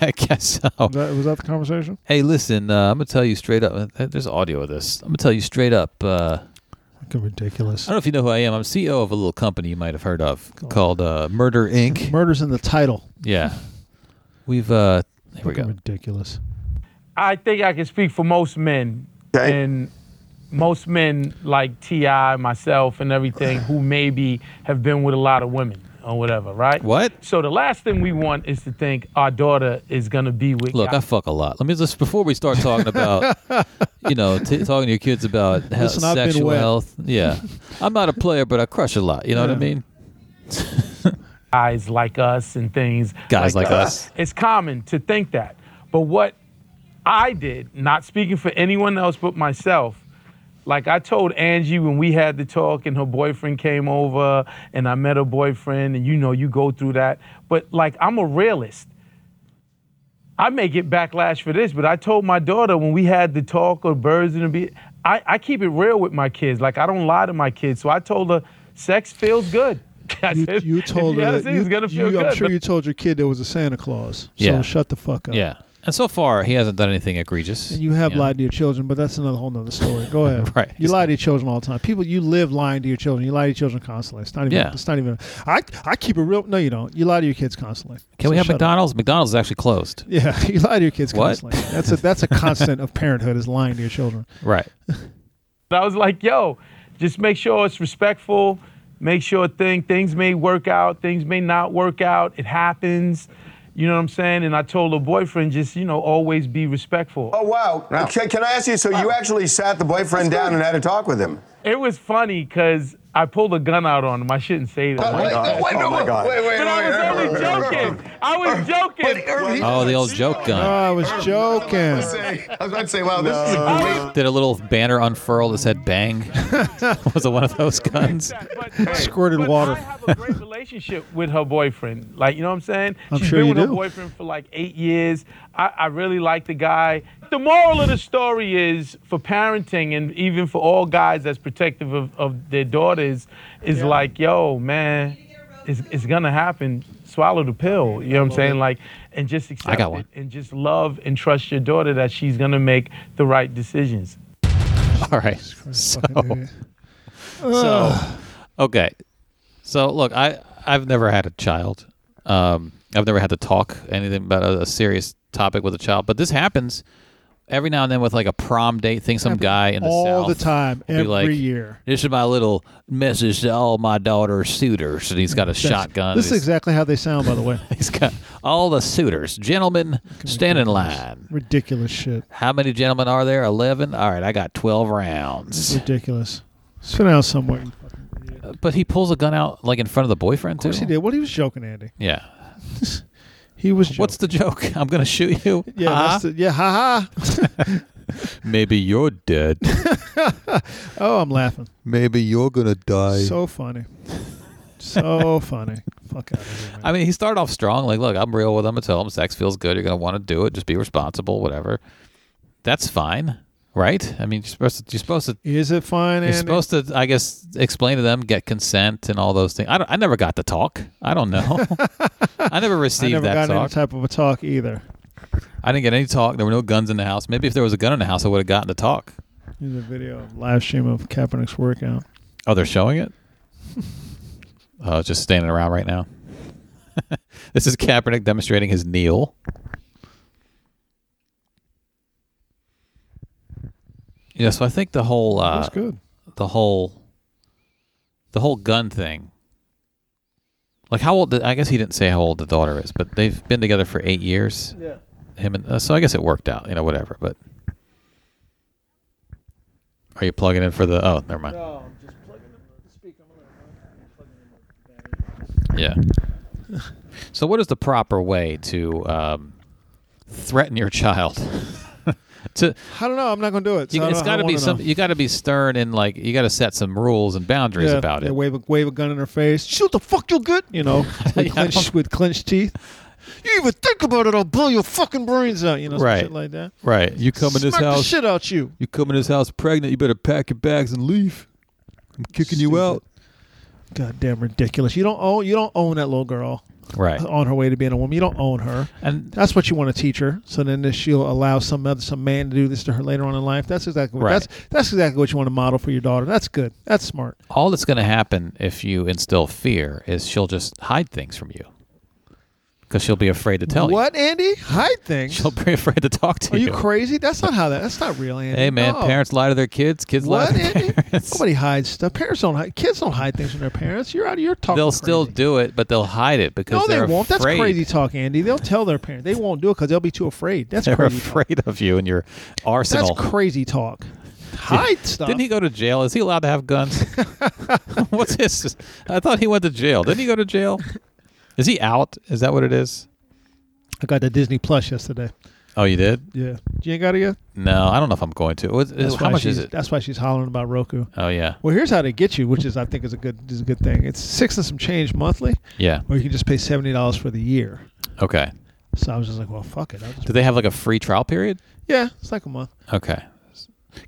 Speaker 3: I guess so.
Speaker 2: Was that, was that the conversation?
Speaker 3: Hey, listen, uh, I'm gonna tell you straight up. uh, There's audio of this. I'm gonna tell you straight up. Uh,
Speaker 2: Fucking ridiculous.
Speaker 3: I don't know if you know who I am. I'm CEO of a little company you might have heard of called uh, Murder Inc.
Speaker 2: Murders in the title.
Speaker 3: Yeah, we've. Uh, here we
Speaker 2: Fucking
Speaker 3: go.
Speaker 2: ridiculous.
Speaker 5: I think I can speak for most men.
Speaker 6: Okay.
Speaker 5: And most men like T.I., myself, and everything who maybe have been with a lot of women or whatever, right?
Speaker 3: What?
Speaker 5: So the last thing we want is to think our daughter is going to be with
Speaker 3: Look, I
Speaker 5: guys.
Speaker 3: fuck a lot. Let me just before we start talking
Speaker 2: [laughs]
Speaker 3: about, you know, t- talking to your kids about he-
Speaker 2: Listen, I've been
Speaker 3: sexual
Speaker 2: wet.
Speaker 3: health.
Speaker 2: [laughs]
Speaker 3: Yeah, I'm not a player, but I crush a lot. You know what I
Speaker 2: Yeah.
Speaker 3: mean?
Speaker 5: guys like us and things.
Speaker 3: Guys like us.
Speaker 5: It's common to think that. But what I did, not speaking for anyone else but myself, like I told Angie when we had the talk and her boyfriend came over and I met her boyfriend and you know you go through that. But like I'm a realist. I may get backlash for this, but I told my daughter when we had the talk of birds and the bee, I, I keep it real with my kids. Like I don't lie to my kids. So I told her, sex feels good. [laughs] I
Speaker 2: You,
Speaker 5: said,
Speaker 2: you
Speaker 5: "If [laughs]
Speaker 2: told
Speaker 5: gotta
Speaker 2: her.
Speaker 5: say
Speaker 2: That
Speaker 5: it's
Speaker 2: you,
Speaker 5: gonna feel
Speaker 2: you- I'm
Speaker 5: good,
Speaker 2: sure
Speaker 5: but
Speaker 2: you told your kid there was a Santa Claus. So
Speaker 3: Yeah.
Speaker 2: shut the fuck up.
Speaker 3: Yeah, and so far he hasn't done anything egregious.
Speaker 2: And you have
Speaker 3: Yeah.
Speaker 2: lied to your children, but that's another whole nother story. Go ahead.
Speaker 3: [laughs] Right.
Speaker 2: You lie to your children all the time. People, you live lying to your children. You lie to your children constantly. It's not even.
Speaker 3: Yeah.
Speaker 2: It's not even. I I keep it real. No, you don't. You lie to your kids constantly.
Speaker 3: Can we
Speaker 2: So
Speaker 3: have
Speaker 2: shut up.
Speaker 3: McDonald's? McDonald's is
Speaker 2: [laughs]
Speaker 3: actually closed.
Speaker 2: Yeah, you lie to your kids
Speaker 3: What?
Speaker 2: constantly. That's a that's a constant of parenthood is lying to your
Speaker 3: [laughs]
Speaker 2: children.
Speaker 3: Right.
Speaker 5: I was like, yo, just make sure it's respectful. Make sure thing things may work out, things may not work out. It happens. You know what I'm saying? And I told her boyfriend, just, you know, always be respectful.
Speaker 6: Oh wow! Can, can I ask you? So you actually sat the boyfriend down and had a talk with him?
Speaker 5: It was funny because I pulled a gun out on him. I shouldn't say that.
Speaker 6: Oh, my God.
Speaker 7: wait,
Speaker 6: Oh,
Speaker 7: no,
Speaker 6: my
Speaker 7: wait,
Speaker 6: God.
Speaker 7: Wait, wait,
Speaker 5: But I
Speaker 7: wait,
Speaker 5: was
Speaker 7: wait,
Speaker 5: only
Speaker 7: wait, wait, wait,
Speaker 5: joking. I was joking.
Speaker 7: wait, Irv, he-
Speaker 3: Oh, the old joke
Speaker 2: Oh,
Speaker 3: gun.
Speaker 2: I was
Speaker 7: I
Speaker 6: [laughs]
Speaker 2: joking.
Speaker 7: was about to say- I was about to say, wow, this is a great.
Speaker 3: Did a little banner unfurl that
Speaker 2: [laughs]
Speaker 3: said "Bang." was it one of those guns?
Speaker 5: But- but-
Speaker 2: Squirted
Speaker 5: but
Speaker 2: water.
Speaker 5: I have a great relationship with her boyfriend. Like, you know what I'm saying?
Speaker 2: I'm
Speaker 5: She's
Speaker 2: sure
Speaker 5: been
Speaker 2: you
Speaker 5: with her
Speaker 2: do.
Speaker 5: boyfriend for like eight years. I, I really like the guy. The moral of the story is for parenting and even for all guys that's protective of, of their daughters, is like, yo, man, it's, it's gonna happen. Swallow the pill. You know what I'm saying? Like, and just accept
Speaker 3: got one.
Speaker 5: it and just love and trust your daughter that she's gonna make the right decisions.
Speaker 2: [sighs]
Speaker 3: All right. So, so okay. So look, I I've never had a child. Um, I've never had to talk anything about a, a serious topic with a child, but this happens every now and then with like a prom date thing. Some guy in the
Speaker 2: all the
Speaker 3: South
Speaker 2: time,
Speaker 3: will be
Speaker 2: every
Speaker 3: like,
Speaker 2: year.
Speaker 3: This is my little message to all my daughter's suitors, and he's got a shotgun.
Speaker 2: This is
Speaker 3: He's-
Speaker 2: exactly how they sound, by the way.
Speaker 3: [laughs] he's got all the suitors, gentlemen, stand in line.
Speaker 2: Ridiculous shit.
Speaker 3: How many gentlemen are there? Eleven. All right, I got twelve rounds.
Speaker 2: Ridiculous. Sit down somewhere. Of
Speaker 3: But he pulls a gun out like in front of the boyfriend too.
Speaker 2: course he did. What he was joking, Andy.
Speaker 3: Yeah.
Speaker 2: He was. Joking.
Speaker 3: What's the joke? [laughs] I'm gonna shoot you.
Speaker 2: [laughs] yeah? That's the, yeah. Ha ha.
Speaker 3: Maybe
Speaker 2: [laughs]
Speaker 3: you're dead.
Speaker 2: Oh, I'm laughing.
Speaker 4: Maybe you're gonna die.
Speaker 2: So funny.
Speaker 3: [laughs]
Speaker 2: So funny. Fuck out of here. Man.
Speaker 3: I mean, he started off strong. Like, look, I'm real with him. I tell him sex feels good. You're gonna want to do it. Just be responsible. Whatever. That's fine, right? I mean, you're supposed to. You're supposed to.
Speaker 2: Is it fine?
Speaker 3: You're
Speaker 2: Andy?
Speaker 3: supposed to, I guess, explain to them, get consent and all those things. I, don't, I never got to talk. I don't
Speaker 2: [laughs]
Speaker 3: know. I never
Speaker 2: I
Speaker 3: received
Speaker 2: never
Speaker 3: that
Speaker 2: got any
Speaker 3: talk.
Speaker 2: type of a talk either.
Speaker 3: I didn't get any talk. There were no guns in the house. Maybe if there was a gun in the house, I would have gotten to talk.
Speaker 2: Here's a video, live stream of Kaepernick's workout.
Speaker 3: Oh, they're showing [laughs] it? Oh, it's just standing around right now. [laughs] this is Kaepernick demonstrating his kneel. Yeah, so I think the whole uh,
Speaker 2: That's good.
Speaker 3: the whole the whole gun thing. Like how old? The, I guess he didn't say how old the daughter is, but they've been together for eight years. Yeah. Him and uh, so I guess it worked out. You know, whatever. But are you plugging in for the? Oh, never mind. Yeah. [laughs] So, what is the proper way to um, threaten your child? [laughs] to
Speaker 2: I don't know. I'm not going to do it. so
Speaker 3: you,
Speaker 2: I
Speaker 3: it's
Speaker 2: don't- I
Speaker 3: got to
Speaker 2: don't
Speaker 3: be
Speaker 2: wanna
Speaker 3: some.
Speaker 2: know.
Speaker 3: You got to be stern and like you got to set some rules and boundaries
Speaker 2: yeah,
Speaker 3: about
Speaker 2: yeah,
Speaker 3: it.
Speaker 2: Wave a, wave a gun in her face. Shoot the fuck you good. You
Speaker 3: [laughs]
Speaker 2: know, with,
Speaker 3: Yeah.
Speaker 2: clenched, with clenched teeth. You even think about it, I'll blow your fucking brains out. You know, some
Speaker 3: Right.
Speaker 2: shit like that.
Speaker 3: Right. You come in this
Speaker 2: Smack the
Speaker 3: house.
Speaker 2: shit out you.
Speaker 3: You come in this house pregnant. You better pack your bags and leave. I'm kicking you
Speaker 2: Stupid.
Speaker 3: out.
Speaker 2: Goddamn ridiculous. You don't own. You don't own that little girl
Speaker 3: Right.
Speaker 2: on her way to being a woman. You don't own her.
Speaker 3: And
Speaker 2: That's what you want to teach her. So then that she'll allow some other some man to do this to her later on in life. That's exactly what,
Speaker 3: Right.
Speaker 2: that's that's exactly what you want to model for your daughter. That's good. That's smart.
Speaker 3: all that's going to happen if you instill fear is she'll just hide things from you because she'll be afraid to tell
Speaker 2: what, Andy? Hide
Speaker 3: you.
Speaker 2: things.
Speaker 3: She'll [laughs] be afraid to talk to
Speaker 2: Are you crazy? That's not how that. That's not real, Andy.
Speaker 3: Hey man,
Speaker 2: No.
Speaker 3: parents lie to their kids. Kids lie
Speaker 2: What,
Speaker 3: to their
Speaker 2: Andy?
Speaker 3: [laughs] parents.
Speaker 2: Nobody hides stuff. Parents don't hide. Kids don't hide things from their parents. You're out of your talk.
Speaker 3: They'll still do it, but they'll hide it because
Speaker 2: No, they
Speaker 3: they're
Speaker 2: won't. That's
Speaker 3: afraid.
Speaker 2: crazy talk, Andy. They'll tell their parents. They won't do it because they'll be too afraid. That's
Speaker 3: They're
Speaker 2: crazy. talk.
Speaker 3: afraid of you and your
Speaker 2: That's
Speaker 3: arsenal.
Speaker 2: crazy talk. Hide stuff.
Speaker 3: Didn't he go to jail? Is he allowed to have guns? [laughs] What's his? I thought he went to jail. Didn't he go to jail? Is he out? Is that what it is?
Speaker 2: I got the Disney Plus yesterday.
Speaker 3: Oh, you did?
Speaker 2: Yeah. You ain't got it yet?
Speaker 3: No, I don't know if I'm going to. What- how
Speaker 2: why
Speaker 3: much is
Speaker 2: she's-
Speaker 3: it?
Speaker 2: That's why she's hollering about Roku.
Speaker 3: Oh yeah,
Speaker 2: Well, here's how they get you, which is I think is a good is a good thing. It's six and some change monthly,
Speaker 3: yeah.
Speaker 2: or you can just pay seventy dollars for the year.
Speaker 3: Okay.
Speaker 2: So I was just like, well, fuck it. I'll just,
Speaker 3: Do they have like a free trial period?
Speaker 2: yeah, it's like a month.
Speaker 3: Okay.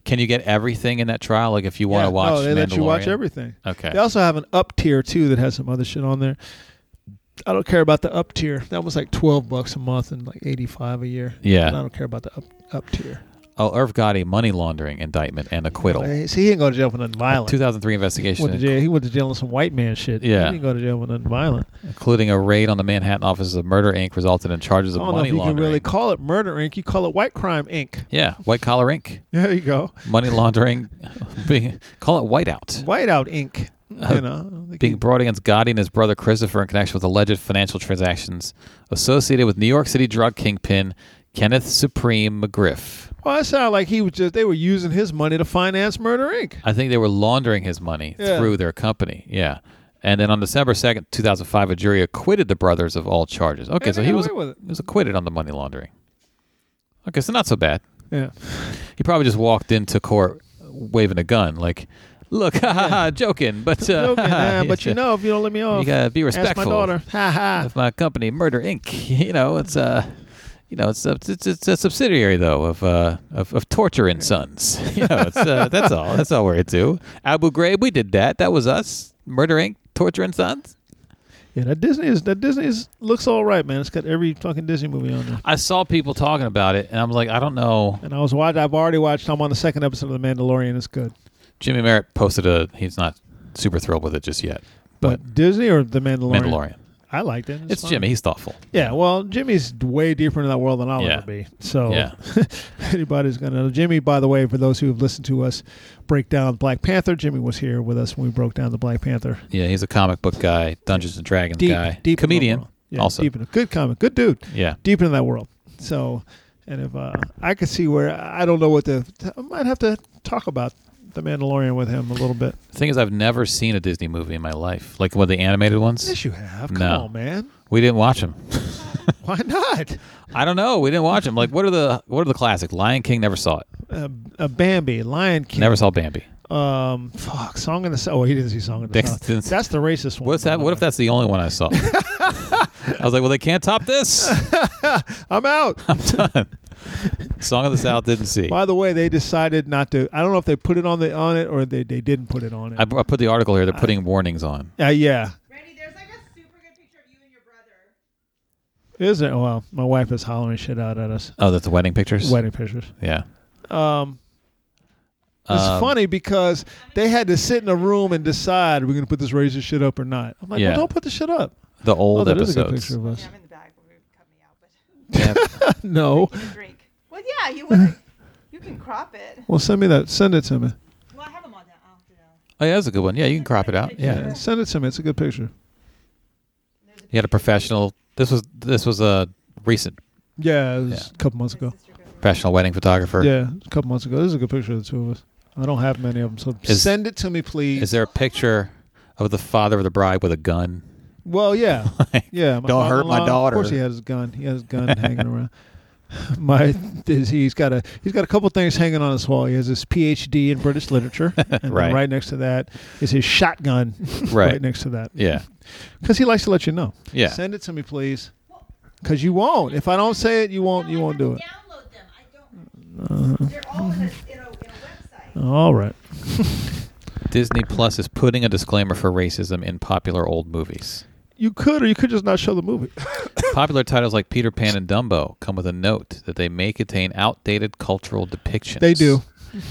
Speaker 3: Can you get everything in that trial? Like if you want
Speaker 2: Yeah.
Speaker 3: to watch,
Speaker 2: Oh, they let you watch
Speaker 3: Mandalorian?
Speaker 2: everything.
Speaker 3: Okay.
Speaker 2: They also have an up tier too that has some other shit on there. I don't care about the up tier. That was like twelve bucks a month and like eighty five a year.
Speaker 3: Yeah.
Speaker 2: And I don't care about the up up tier.
Speaker 3: Oh, Irv Gotti money laundering indictment and acquittal.
Speaker 2: Hey, See, he didn't go to jail for nothing violent.
Speaker 3: 2003
Speaker 2: He
Speaker 3: investigation,
Speaker 2: went to jail. He went to jail on some white man shit.
Speaker 3: Yeah.
Speaker 2: He didn't go to jail for nothing violent.
Speaker 3: including a raid on the Manhattan offices of Murder Inc., resulted in charges
Speaker 2: I don't
Speaker 3: of
Speaker 2: know if
Speaker 3: money
Speaker 2: you
Speaker 3: laundering.
Speaker 2: can really call it murder inc. You call it white crime inc.
Speaker 3: yeah, white collar Inc.
Speaker 2: [laughs] There you go.
Speaker 3: [laughs] Money laundering, being, call it whiteout. [laughs]
Speaker 2: Whiteout Inc. you know, they
Speaker 3: being
Speaker 2: keep-
Speaker 3: brought against Gotti and his brother Christopher in connection with alleged financial transactions associated with New York City drug kingpin Kenneth Supreme McGriff.
Speaker 2: well, that sounded like he was just they were using his money to finance Murder Inc.
Speaker 3: I think they were laundering his money
Speaker 2: Yeah.
Speaker 3: through their company. Yeah. And then on December 2nd, 2005, a jury acquitted the brothers of all charges. Okay,
Speaker 2: Yeah,
Speaker 3: so
Speaker 2: they
Speaker 3: he
Speaker 2: got
Speaker 3: was,
Speaker 2: away with it.
Speaker 3: he was acquitted on the money laundering. Okay, so not so bad.
Speaker 2: Yeah,
Speaker 3: He probably just walked into court waving a gun, like, look, [laughs] ha ha ha, joking, but.
Speaker 2: [laughs]
Speaker 3: Uh, [laughs]
Speaker 2: Joking, nah, but you
Speaker 3: yeah.
Speaker 2: know, if you don't let me off,
Speaker 3: gotta be
Speaker 2: Ask my
Speaker 3: respectful.
Speaker 2: daughter. Ha ha.
Speaker 3: of my company, Murder Inc. [laughs] You know, it's uh, you know, it's a, it's, it's a subsidiary though of uh, of, of torture and sons. [laughs] You know, it's uh, that's all. That's all we're into. Abu Ghraib, we did that. That was us. Murder Inc. Torture and Sons.
Speaker 2: Yeah, that Disney is that Disney is, looks all right, man. It's got every fucking Disney movie on there.
Speaker 3: I saw people talking about it, and I'm like, I don't know.
Speaker 2: And I was watching. I've already watched. I'm on the second episode of The Mandalorian. It's good.
Speaker 3: Jimmy Merritt posted a. He's not super thrilled with it just yet, but
Speaker 2: But Disney or The Mandalorian?
Speaker 3: Mandalorian.
Speaker 2: I liked it.
Speaker 3: It's
Speaker 2: fine.
Speaker 3: Jimmy. He's thoughtful.
Speaker 2: Yeah, well, Jimmy's way deeper into that world than I'll
Speaker 3: Yeah.
Speaker 2: ever be. So
Speaker 3: Yeah.
Speaker 2: [laughs] anybody's going to. Jimmy, by the way, for those who have listened to us break down Black Panther, Jimmy was here with us when we broke down the Black Panther.
Speaker 3: Yeah, he's a comic book guy, Dungeons and Dragons
Speaker 2: Deep,
Speaker 3: guy,
Speaker 2: deep in the
Speaker 3: comedian.
Speaker 2: world. Yeah,
Speaker 3: also,
Speaker 2: deep in the- good comic, good dude.
Speaker 3: yeah.
Speaker 2: deep into that world. So, and if uh, I could see where I don't know what the I might have to talk about the Mandalorian with him a little bit.
Speaker 3: The thing is, I've never seen a Disney movie in my life. Like one of the animated ones.
Speaker 2: Yes, you have. Come
Speaker 3: No.
Speaker 2: on, man.
Speaker 3: We didn't watch them.
Speaker 2: Why not?
Speaker 3: I don't know. We didn't watch them. Like, what are the what are the classic? Lion King. Never saw it.
Speaker 2: Uh, uh, Bambi, Lion King.
Speaker 3: Never saw Bambi.
Speaker 2: Um, fuck, Song in the South. Oh, he didn't see Song in the
Speaker 3: Dix-
Speaker 2: South.
Speaker 3: didn't see-
Speaker 2: That's the racist one.
Speaker 3: What's that? What if that's the only one I saw? I was like, well, they can't top this.
Speaker 2: I'm
Speaker 3: [laughs]
Speaker 2: out.
Speaker 3: Song of the South didn't see. I,
Speaker 2: By the way, they decided not to. I don't know if they put it on the on it or they, they didn't put it on it.
Speaker 3: I put the article here. They're putting warnings on.
Speaker 2: uh, yeah.
Speaker 8: Randy, there's like a super good picture of you and your brother.
Speaker 2: Is it? Well, my wife is hollering shit out at us.
Speaker 3: Oh, that's the wedding pictures.
Speaker 2: Wedding pictures.
Speaker 3: Yeah.
Speaker 2: Um, it's
Speaker 3: Um,
Speaker 2: funny because they had to sit in a room and decide we're going to put this racist shit up or not. I'm like,
Speaker 3: Yeah.
Speaker 2: well, don't put the shit up.
Speaker 3: The old
Speaker 2: oh, that is a good
Speaker 3: episodes.
Speaker 2: picture of us.
Speaker 8: Yeah, I'm in the back. We're gonna cut me out, but [laughs]
Speaker 3: Yeah.
Speaker 2: No,
Speaker 8: you can drink. Well, yeah, you would. you can crop it.
Speaker 2: well, send me that. Send it to me.
Speaker 8: Well, I have them all down. I'll have to know.
Speaker 3: Oh, yeah, that's a good one. Yeah, you can crop it out. Yeah.
Speaker 2: Yeah, send it to me. It's a good picture.
Speaker 3: You had a professional. This was this was a recent
Speaker 2: Yeah, it was
Speaker 3: Yeah.
Speaker 2: a couple months ago.
Speaker 3: professional wedding photographer.
Speaker 2: Yeah, a couple months ago. This is a good picture of the two of us. I don't have many of them, so
Speaker 3: Is-
Speaker 2: send it to me, please.
Speaker 3: Is there a picture of the father of the bride with a gun?
Speaker 2: Well,
Speaker 3: [laughs]
Speaker 2: yeah, yeah. my
Speaker 3: Don't hurt my
Speaker 2: father-in-law, Of course,
Speaker 3: daughter.
Speaker 2: he has his gun. He has his gun hanging around. [laughs] My, is- he's got a he's got a couple things hanging on his wall. He has his PhD in British
Speaker 3: [laughs]
Speaker 2: literature, and then
Speaker 3: Right.
Speaker 2: right. next to that is his shotgun. [laughs]
Speaker 3: Right.
Speaker 2: next to that,
Speaker 3: Yeah.
Speaker 2: because he likes to let you know.
Speaker 3: Yeah.
Speaker 2: send it to me, please. Because you won't. If I don't say it, you won't. You won't do it. Uh-huh.
Speaker 8: Download them. I don't. They're all in a, in a, in a website.
Speaker 2: All right.
Speaker 3: Disney Plus is putting a disclaimer for racism in popular old movies.
Speaker 2: You could, or you could just not show the
Speaker 3: [laughs]
Speaker 2: movie.
Speaker 3: Popular titles like Peter Pan and Dumbo come with a note that they may contain outdated cultural depictions.
Speaker 2: They do.
Speaker 3: [laughs]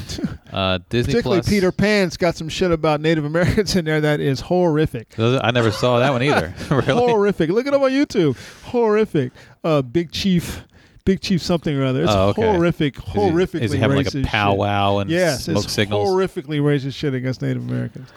Speaker 3: Uh, Disney
Speaker 2: Particularly
Speaker 3: Plus.
Speaker 2: Peter Pan's got some shit about Native Americans in there that is horrific.
Speaker 3: Those- I never saw that one either. [laughs] really?
Speaker 2: Horrific. Look it up on YouTube. Horrific. Uh, Big Chief. Big Chief something or other. It's
Speaker 3: Oh, okay.
Speaker 2: horrific,
Speaker 3: Is he-
Speaker 2: horrifically
Speaker 3: Is he having like
Speaker 2: racist
Speaker 3: a
Speaker 2: shit.
Speaker 3: powwow and
Speaker 2: Yes,
Speaker 3: smoke
Speaker 2: it's
Speaker 3: signals?
Speaker 2: horrifically racist shit against Native Americans.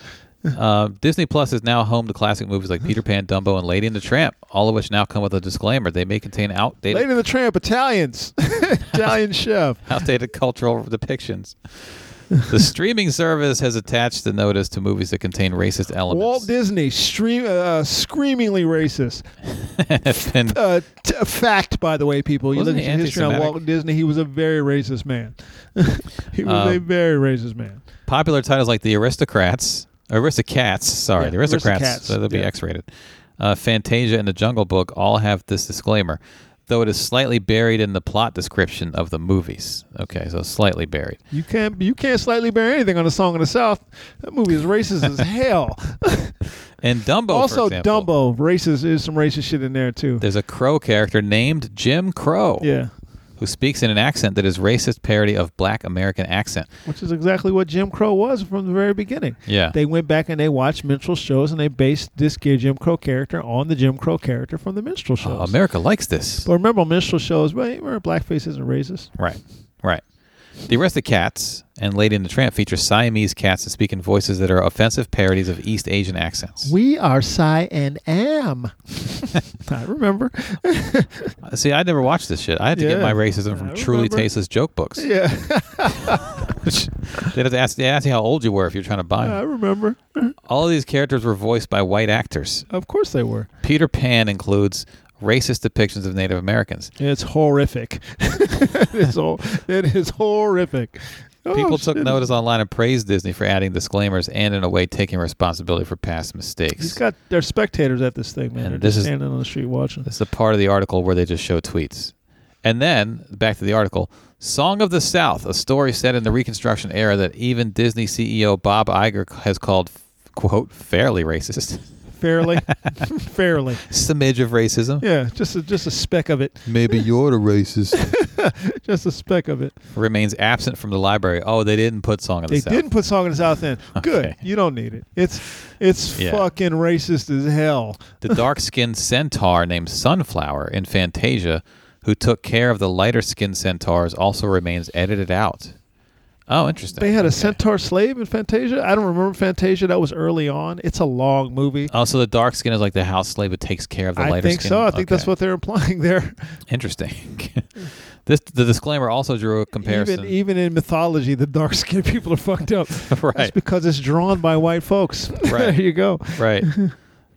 Speaker 3: Uh, Disney Plus is now home to classic movies like Peter Pan, Dumbo, and Lady and the Tramp, all of which now come with a disclaimer. They may contain outdated
Speaker 2: Lady and the Tramp,
Speaker 3: [laughs]
Speaker 2: Italians, Italian chef.
Speaker 3: outdated cultural depictions.
Speaker 2: [laughs]
Speaker 3: The streaming service has attached the notice to movies that contain racist elements.
Speaker 2: Walt Disney, stream, uh, screamingly racist.
Speaker 3: [laughs] and
Speaker 2: Uh, t- a fact, by the way, people. You
Speaker 3: Wasn't
Speaker 2: look
Speaker 3: he
Speaker 2: at the history on
Speaker 3: anti-Semitic?
Speaker 2: Walt Disney. He was a very racist man. [laughs] he was a
Speaker 3: Um,
Speaker 2: very racist man.
Speaker 3: popular titles like The Aristocrats, Aristocats, sorry,
Speaker 2: Yeah,
Speaker 3: The Aristocrats,
Speaker 2: Aristocats,
Speaker 3: so that'll be
Speaker 2: yeah.
Speaker 3: X-rated. Uh, Fantasia and The Jungle Book all have this disclaimer, though it is slightly buried in the plot description of the movies. Okay, so slightly buried.
Speaker 2: You can't you can't slightly bear anything on a song in the South. That movie is racist
Speaker 3: [laughs]
Speaker 2: as hell.
Speaker 3: And Dumbo, for
Speaker 2: also,
Speaker 3: example,
Speaker 2: Dumbo racist. There's some racist shit in there too.
Speaker 3: There's a crow character named Jim Crow
Speaker 2: Yeah,
Speaker 3: who speaks in an accent that is racist parody of black American accent.
Speaker 2: which is exactly what Jim Crow was from the very beginning.
Speaker 3: Yeah.
Speaker 2: they went back and they watched minstrel shows and they based this gay Jim Crow character on the Jim Crow character from the minstrel
Speaker 3: Uh,
Speaker 2: shows.
Speaker 3: America likes this.
Speaker 2: but remember, on minstrel shows, well, remember blackface isn't racist.
Speaker 3: Right. Right. The Arrested Cats and Lady and the Tramp feature Siamese cats that speak in voices that are offensive parodies of East Asian accents.
Speaker 9: We are Psy and Am.
Speaker 2: [laughs] I remember.
Speaker 3: Uh, See, I never watched this shit. I had to get
Speaker 2: Yeah.
Speaker 3: my racism from
Speaker 2: I
Speaker 3: truly
Speaker 2: remember.
Speaker 3: tasteless joke books.
Speaker 2: Yeah,
Speaker 3: Which they'd have to ask, they ask you how old you were if you're trying to
Speaker 2: [laughs]
Speaker 3: buy
Speaker 2: I
Speaker 3: them.
Speaker 2: remember.
Speaker 3: All of these characters were voiced by white actors.
Speaker 2: Of course they were.
Speaker 3: Peter Pan includes racist depictions of Native Americans.
Speaker 2: It's horrific. [laughs] it's all, it is horrific. Oh,
Speaker 3: People took
Speaker 2: shit.
Speaker 3: notice online and praised Disney for adding disclaimers and, in a way, taking responsibility for past
Speaker 2: He's
Speaker 3: mistakes.
Speaker 2: got their spectators at this thing, man.
Speaker 3: And
Speaker 2: They're
Speaker 3: this
Speaker 2: just
Speaker 3: is-
Speaker 2: standing on the street watching.
Speaker 3: This is the part of the article where they just show tweets. And then, back to the article Song of the South, a story set in the Reconstruction era that even Disney CEO Bob Iger has called, quote, fairly racist. [laughs]
Speaker 2: Fairly, [laughs] fairly.
Speaker 3: Smidge of racism.
Speaker 2: Yeah, just a, just a speck of
Speaker 3: [laughs]
Speaker 2: it.
Speaker 4: Maybe you're the racist.
Speaker 2: Just a speck of it.
Speaker 3: Remains absent from the library. Oh, they didn't put Song of the
Speaker 2: They
Speaker 3: South.
Speaker 2: didn't put Song of the South in. Good.
Speaker 3: [laughs] Okay.
Speaker 2: You don't need it. It's it's
Speaker 3: Yeah.
Speaker 2: fucking racist as hell.
Speaker 3: the dark skinned centaur named Sunflower in Fantasia, who took care of the lighter skinned centaurs, also remains edited out. Oh, interesting.
Speaker 2: They had a
Speaker 3: Okay.
Speaker 2: centaur slave in Fantasia. I don't remember Fantasia. That was early on. It's a long movie.
Speaker 3: Oh, so the dark skin is like the house slave that takes care of the
Speaker 2: I
Speaker 3: lighter
Speaker 2: think
Speaker 3: skin.
Speaker 2: so. I think that's
Speaker 3: Okay.
Speaker 2: what they're implying [laughs] there.
Speaker 3: Interesting. [laughs] this the disclaimer also drew a comparison.
Speaker 2: Even e- even in mythology, the dark skinned [laughs] people are fucked up. That's
Speaker 3: [laughs] Right.
Speaker 2: because it's drawn by white folks. [laughs] there
Speaker 3: Right.
Speaker 2: you go. [laughs]
Speaker 3: right.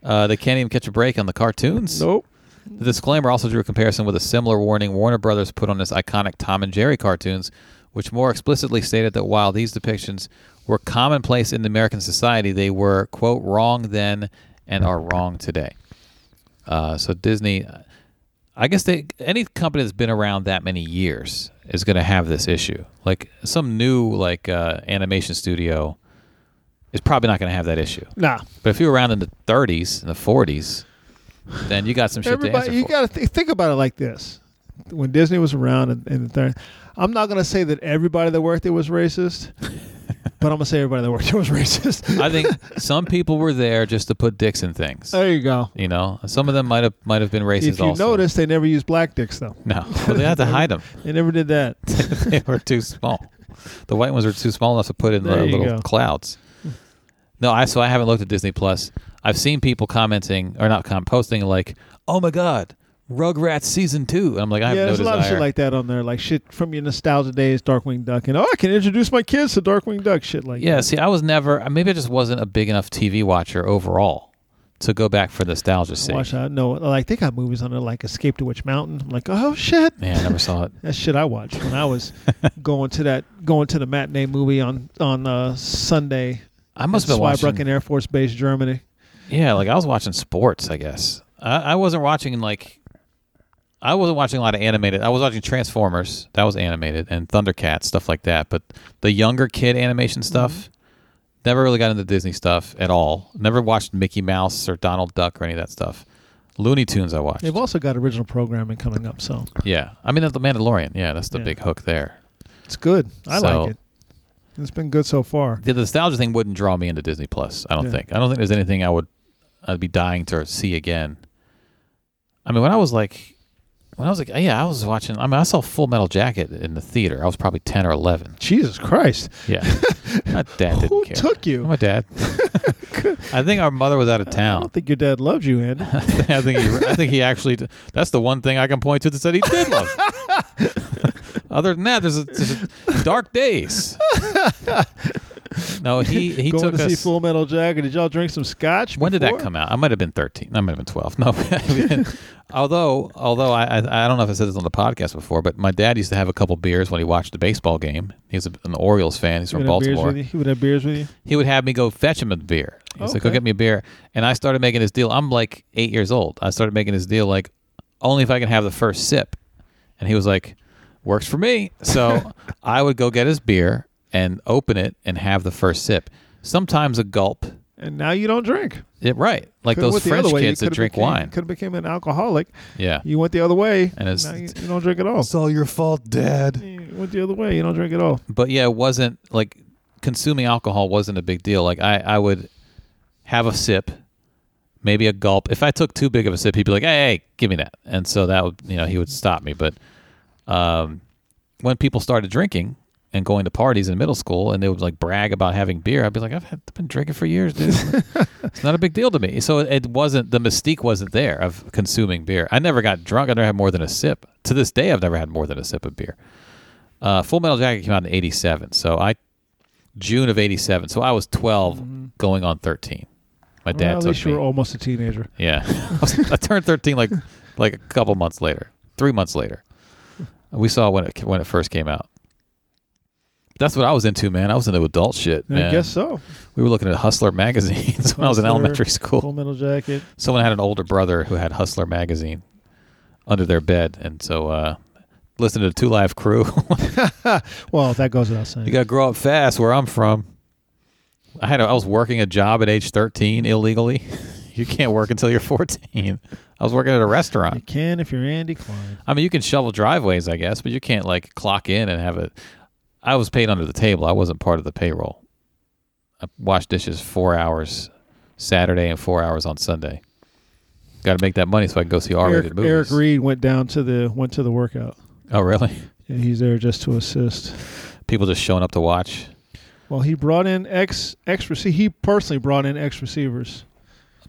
Speaker 3: Uh, they can't even catch a break on the cartoons.
Speaker 2: Nope.
Speaker 3: The disclaimer also drew a comparison with a similar warning Warner Brothers put on its iconic Tom and Jerry cartoons, which more explicitly stated that while these depictions were commonplace in American society, they were, quote, wrong then and are wrong today. Uh, so Disney, I guess they any company that's been around that many years is going to have this issue. Like some new like uh, animation studio is probably not going to have that issue.
Speaker 2: Nah.
Speaker 3: But if you were around in the 30s and the 40s, then you got some shit to answer
Speaker 2: Everybody, you
Speaker 3: for.
Speaker 2: got to th- think about it like this: when Disney was around in, in the third, I'm not gonna say that everybody that worked there was
Speaker 3: [laughs]
Speaker 2: racist, but I'm gonna say everybody that worked there was racist.
Speaker 3: I think some people were there just to put dicks in things.
Speaker 2: there you go.
Speaker 3: You know, some of them might have might have been racist.
Speaker 2: If you
Speaker 3: also.
Speaker 2: notice, they never used black dicks though.
Speaker 3: no, well, they had to hide
Speaker 2: [laughs]
Speaker 3: them.
Speaker 2: They never did
Speaker 3: [laughs]
Speaker 2: that.
Speaker 3: they were too small. The white ones were too small enough to put in
Speaker 2: There
Speaker 3: the
Speaker 2: you
Speaker 3: little
Speaker 2: go.
Speaker 3: clouds. No, I so I haven't looked at Disney Plus. I've seen people commenting or not com- posting like, "Oh my god, Rugrats season 2. And I'm like, I have
Speaker 2: yeah,
Speaker 3: no
Speaker 2: there's a
Speaker 3: desire.
Speaker 2: lot of shit like that on there, like shit from your nostalgia days, Darkwing Duck, and oh, I can introduce my kids to Darkwing Duck, shit like
Speaker 3: yeah,
Speaker 2: that.
Speaker 3: see, I was never. uh, Maybe I just wasn't a big enough TV watcher overall to go back for nostalgia's sake.
Speaker 2: Watch out. No, like they got movies on there like Escape to Witch Mountain. I'm like, oh shit.
Speaker 3: Man, I never saw it.
Speaker 2: That shit I watched when I
Speaker 3: [laughs]
Speaker 2: was going to that going to the matinee movie on on uh, Sunday. [laughs]
Speaker 3: I must have been watching.
Speaker 2: Zweibrücken Air Force Base, Germany.
Speaker 3: Yeah, like I was watching sports, I guess. I, I wasn't watching like I wasn't watching a lot of animated. I was watching Transformers, that was animated, and Thundercats, stuff like that. But the younger kid animation stuff, never really got into Disney stuff at all. Never watched Mickey Mouse or Donald Duck or any of that stuff. Looney Tunes, I watched.
Speaker 2: They've also got original programming coming up, so
Speaker 3: yeah, I mean that's the Mandalorian. Yeah, that's the
Speaker 2: Yeah.
Speaker 3: big hook there.
Speaker 2: it's good. I
Speaker 3: So-
Speaker 2: like it. It's been good so far.
Speaker 3: The nostalgia thing wouldn't draw me into Disney Plus. I don't
Speaker 2: Yeah.
Speaker 3: think. I don't think there's anything I would I'd be dying to see again. I mean, when I was like, when I was like, uh, yeah, I was watching. I mean, I saw Full Metal Jacket in the theater. I was probably ten or eleven.
Speaker 2: Jesus Christ,
Speaker 3: Yeah, [laughs] my dad didn't
Speaker 2: who
Speaker 3: care.
Speaker 2: took you? [laughs]
Speaker 3: My dad. I think our mother was out of
Speaker 2: I
Speaker 3: town. [laughs]
Speaker 2: don't think your dad loved you, Andy.
Speaker 3: I think he, I think he actually. That's the one thing I can point to that said he did love. [laughs] Other than that, there's, a, there's a
Speaker 2: [laughs]
Speaker 3: dark days. No, he [laughs] he
Speaker 2: Going
Speaker 3: took
Speaker 2: to
Speaker 3: us.
Speaker 2: see Full Metal Jacket. Did y'all drink some scotch?
Speaker 3: When did that come out? I might have been thirteen. I might have been twelve. [laughs] No, although although I, I I don't know if I said this on the podcast before, but my dad used to have a couple beers when he watched the baseball game. He was an Orioles fan. He's
Speaker 2: He
Speaker 3: from
Speaker 2: would have beers
Speaker 3: Baltimore.
Speaker 2: with you. He would have beers with you.
Speaker 3: He would have me go fetch him a beer. He's like, "Go
Speaker 2: Okay.
Speaker 3: get me a beer," and I started making this deal. I'm like eight years old. I started making this deal like only if I can have the first sip, and he was like, "Works for me."
Speaker 2: [laughs]
Speaker 3: So I would go get his beer and open it and have the first sip. Sometimes a gulp.
Speaker 2: And now you don't drink.
Speaker 3: Yeah, right. Like
Speaker 2: Could've
Speaker 3: those
Speaker 2: went the
Speaker 3: French
Speaker 2: other way. You
Speaker 3: kids that
Speaker 2: could've
Speaker 3: drink
Speaker 2: became-
Speaker 3: wine.
Speaker 2: Could have became an
Speaker 3: [laughs]
Speaker 2: alcoholic.
Speaker 3: Yeah.
Speaker 2: You went the other way,
Speaker 3: And it's-
Speaker 2: now you, you don't drink at all.
Speaker 4: it's all your fault, Dad.
Speaker 2: You went the other way. You don't drink at all.
Speaker 3: but yeah, it wasn't like consuming alcohol wasn't a big deal. Like I, I would have a sip, maybe a gulp. If I took too big of a sip, he'd be like, "Hey, hey, give me that." And so that would, you know, he would stop me. But um, when people started drinking, and going to parties in middle school, and they would like brag about having beer. I'd be like, I've had, been drinking for years, dude.
Speaker 2: [laughs]
Speaker 3: it's not a big deal to me. So it, it wasn't the mystique wasn't there of consuming beer. I never got drunk. I never had more than a sip. To this day, I've never had more than a sip of beer. Uh, Full Metal Jacket came out in '87, so I June of '87. So I was 12, going on 13. My dad
Speaker 2: Mm-hmm. well, at
Speaker 3: took
Speaker 2: least you
Speaker 3: me.
Speaker 2: were almost a teenager.
Speaker 3: Yeah, [laughs] I, was- I turned thirteen like like a couple months later, three months later. We saw it when it when it first came out. That's what I was into, man. I was into adult shit,
Speaker 2: And
Speaker 3: man.
Speaker 2: I guess so.
Speaker 3: we were looking at Hustler magazines [laughs] when I was in
Speaker 2: Hustler,
Speaker 3: elementary
Speaker 2: Full
Speaker 3: school.
Speaker 2: Metal Jacket.
Speaker 3: Someone had an older brother who had Hustler magazine under their bed, and so uh, listened to Two Live Crew. [laughs]
Speaker 2: Well, that goes without
Speaker 3: you
Speaker 2: saying.
Speaker 3: got to grow up fast where I'm from. I had a, I was working a job at age 13 illegally. [laughs] you can't work until you're 14. I was working at a restaurant.
Speaker 2: You can if you're Andy Klein.
Speaker 3: I mean, you can shovel driveways, I guess, but you can't like clock in and have it. I was paid under the table. I wasn't part of the payroll. I washed dishes four hours Saturday and four hours on Sunday. Got to make that money so I can go see R-rated
Speaker 2: Eric,
Speaker 3: movies.
Speaker 2: Eric Reed went down to the went to the workout.
Speaker 3: Oh, really?
Speaker 2: Yeah, he's there just to assist.
Speaker 3: People just showing up to watch.
Speaker 2: Well, he brought in ex ex rece- He personally brought in ex receivers.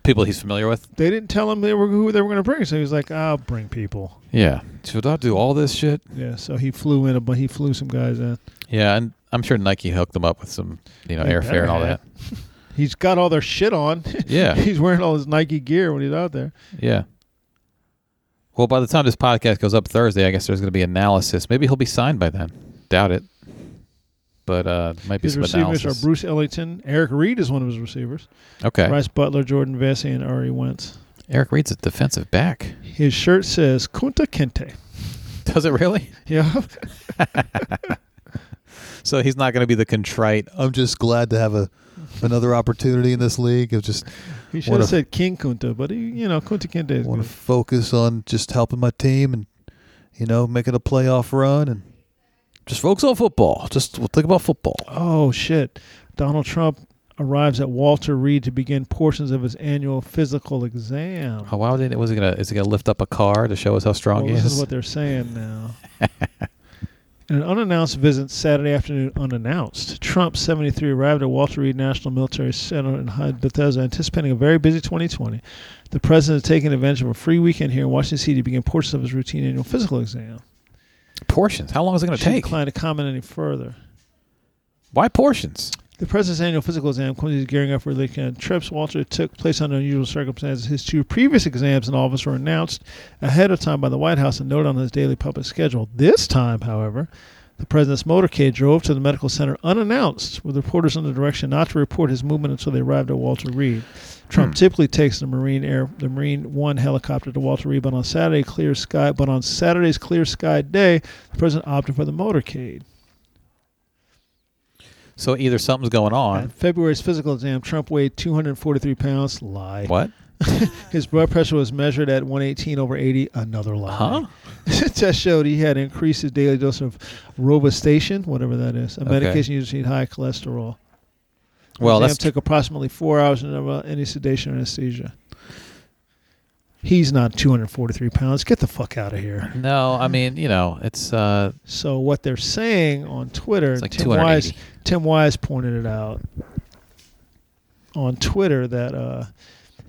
Speaker 3: People he's familiar with.
Speaker 2: They didn't tell him they were who they were going to bring, so he was like, "I'll bring people."
Speaker 3: Yeah. Should I do all this shit?
Speaker 2: Yeah, so he flew in, but he flew some guys in.
Speaker 3: Yeah, and I'm sure Nike hooked them up with some, you know,
Speaker 2: They
Speaker 3: airfare and all
Speaker 2: better
Speaker 3: that.
Speaker 2: He's got all their shit on. [laughs]
Speaker 3: Yeah.
Speaker 2: he's wearing all his Nike gear when he's out there.
Speaker 3: Yeah. Well, by the time this podcast goes up Thursday, I guess there's going to be analysis. Maybe he'll be signed by then. Doubt it. But uh, might be
Speaker 2: His
Speaker 3: some
Speaker 2: receivers
Speaker 3: analysis.
Speaker 2: are Bruce Ellington. Eric Reed is one of his receivers.
Speaker 3: okay.
Speaker 2: Bryce Butler, Jordan Vesey, and Ari Wentz.
Speaker 3: Eric Reed's a defensive back. [laughs]
Speaker 2: His shirt says "Kunta Kinte." [laughs]
Speaker 3: Does it really?
Speaker 2: Yeah,
Speaker 3: So he's not going to be the contrite.
Speaker 4: I'm just glad to have a another opportunity in this league of just
Speaker 2: he should
Speaker 4: What
Speaker 2: have
Speaker 4: a-
Speaker 2: said King Kunta, but he, you know, Kunta Kinte is
Speaker 4: want
Speaker 2: good.
Speaker 4: to focus on just helping my team and you know making a playoff run and just focus on football. Just we'll think about football.
Speaker 3: Uh,
Speaker 2: Oh shit! Donald Trump arrives at Walter Reed to begin portions of his annual physical exam.
Speaker 3: Oh, why would they, was he going to? Is he going to lift up a car to show us how strong
Speaker 2: Well,
Speaker 3: he
Speaker 2: this is
Speaker 3: is?
Speaker 2: what they're saying now. In an unannounced visit Saturday afternoon, unannounced, Trump, 73, arrived at Walter Reed National Military Center in Hyde, Bethesda, anticipating a very busy 2020. The president is taking advantage of a free weekend here in Washington, D.C. to begin portions of his routine annual physical exam.
Speaker 3: portions. How long is it going to
Speaker 2: She
Speaker 3: take?
Speaker 2: declined to comment any further.
Speaker 3: Why portions?
Speaker 2: The president's annual physical exam, Quincy is gearing up for the weekend trips. Walter took place under unusual circumstances. His two previous exams in office were announced ahead of time by the White House and noted on his daily public schedule. This time, however, the president's motorcade drove to the medical center unannounced, with reporters under direction not to report his movement until they arrived at Walter Reed. Trump typically takes the Marine Air, the Marine One helicopter to Walter Reed, but on Saturday clear sky, but on Saturday's clear sky day, the president opted for the motorcade.
Speaker 3: So either something's going on.
Speaker 2: At February's physical exam, Trump weighed 243 pounds. Lie.
Speaker 3: What?
Speaker 2: His blood pressure was measured at 118 over 80. Another lie.
Speaker 3: Huh?
Speaker 2: [laughs] Test showed he had increased his daily dose of Robistatin, whatever that is, a
Speaker 3: Okay.
Speaker 2: medication used to treat high cholesterol.
Speaker 3: Well,
Speaker 2: exam
Speaker 3: that's
Speaker 2: took approximately four hours and without any sedation or anesthesia. He's not 243 pounds. Get the fuck out of here.
Speaker 3: no. I mean, you know, it's uh,
Speaker 2: So what they're saying on Twitter,
Speaker 3: It's like
Speaker 2: Tim Wise,
Speaker 3: 280.
Speaker 2: Tim Wise pointed it out on Twitter that uh,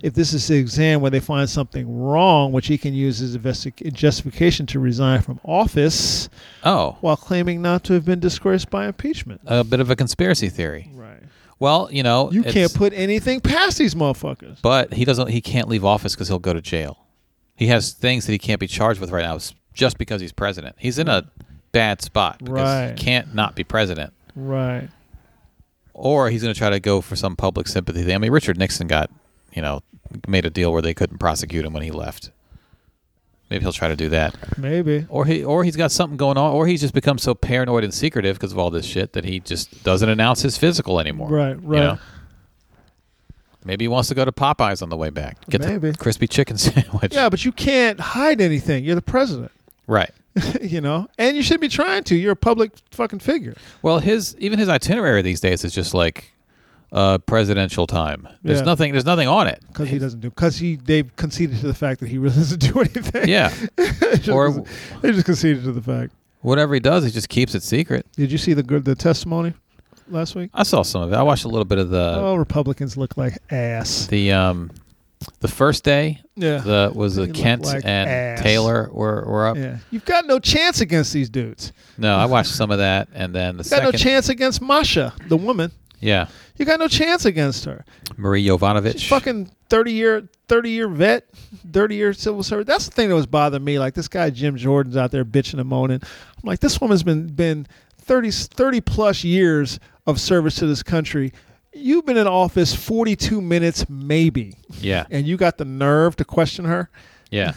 Speaker 2: if this is the exam where they find something wrong, which he can use as investi- justification to resign from office
Speaker 3: oh,
Speaker 2: while claiming not to have been disgraced by impeachment.
Speaker 3: a bit of a conspiracy theory.
Speaker 2: Right.
Speaker 3: Well, you know,
Speaker 2: You
Speaker 3: Uh, it's-
Speaker 2: can't put anything past these motherfuckers.
Speaker 3: But he doesn't. He can't leave office because he'll go to jail. He has things that he can't be charged with right now, s- just because he's president. He's in a bad spot because
Speaker 2: Right.
Speaker 3: he can't not be president,
Speaker 2: Right.
Speaker 3: or he's going to try to go for some public sympathy thing. I mean, Richard Nixon got, you know, made a deal where they couldn't prosecute him when he left. Maybe he'll try to do that,
Speaker 2: Maybe.
Speaker 3: or he, or he's got something going on, or he's just become so paranoid and secretive because of all this shit that he just doesn't announce his physical anymore.
Speaker 2: Right,
Speaker 3: you
Speaker 2: right.
Speaker 3: know? Maybe he wants to go to Popeyes on the way back. Get
Speaker 2: Maybe.
Speaker 3: the crispy chicken [laughs] sandwich.
Speaker 2: Yeah, but you can't hide anything. You're the president, [laughs]
Speaker 3: Right.
Speaker 2: you know? And you should be trying to. You're a public fucking figure.
Speaker 3: Well, his even his itinerary these days is just like uh, presidential time. There's
Speaker 2: Yeah.
Speaker 3: nothing. There's nothing on it.
Speaker 2: [laughs] Because he doesn't do. Because he they've conceded to the fact that he really doesn't do [laughs] anything.
Speaker 3: Yeah.
Speaker 2: They just-
Speaker 3: or
Speaker 2: they just conceded to the fact.
Speaker 3: Whatever he does, he just keeps it secret.
Speaker 2: Did you see the good the testimony last week?
Speaker 3: I saw some of it. I watched a little bit of the
Speaker 2: oh, Republicans look like ass.
Speaker 3: the um the first day.
Speaker 2: Yeah.
Speaker 3: The was
Speaker 2: They
Speaker 3: the
Speaker 2: look
Speaker 3: Kent
Speaker 2: like
Speaker 3: and
Speaker 2: ass.
Speaker 3: Taylor were, were up.
Speaker 2: Yeah, you've got no chance against these dudes.
Speaker 3: No, I watched some of that, and then the
Speaker 2: You got
Speaker 3: second.
Speaker 2: no chance against Masha, the woman.
Speaker 3: Yeah,
Speaker 2: You got no chance against her.
Speaker 3: Marie Jovanovic.
Speaker 2: Fucking thirty year, thirty year vet, thirty year civil servant. That's the thing that was bothering me. Like this guy Jim Jordan's out there bitching and moaning. I'm like, this woman's been been 30, 30 plus years of service to this country. You've been in office forty two minutes maybe,
Speaker 3: Yeah,
Speaker 2: and you got the nerve to question her. [laughs]
Speaker 3: yeah.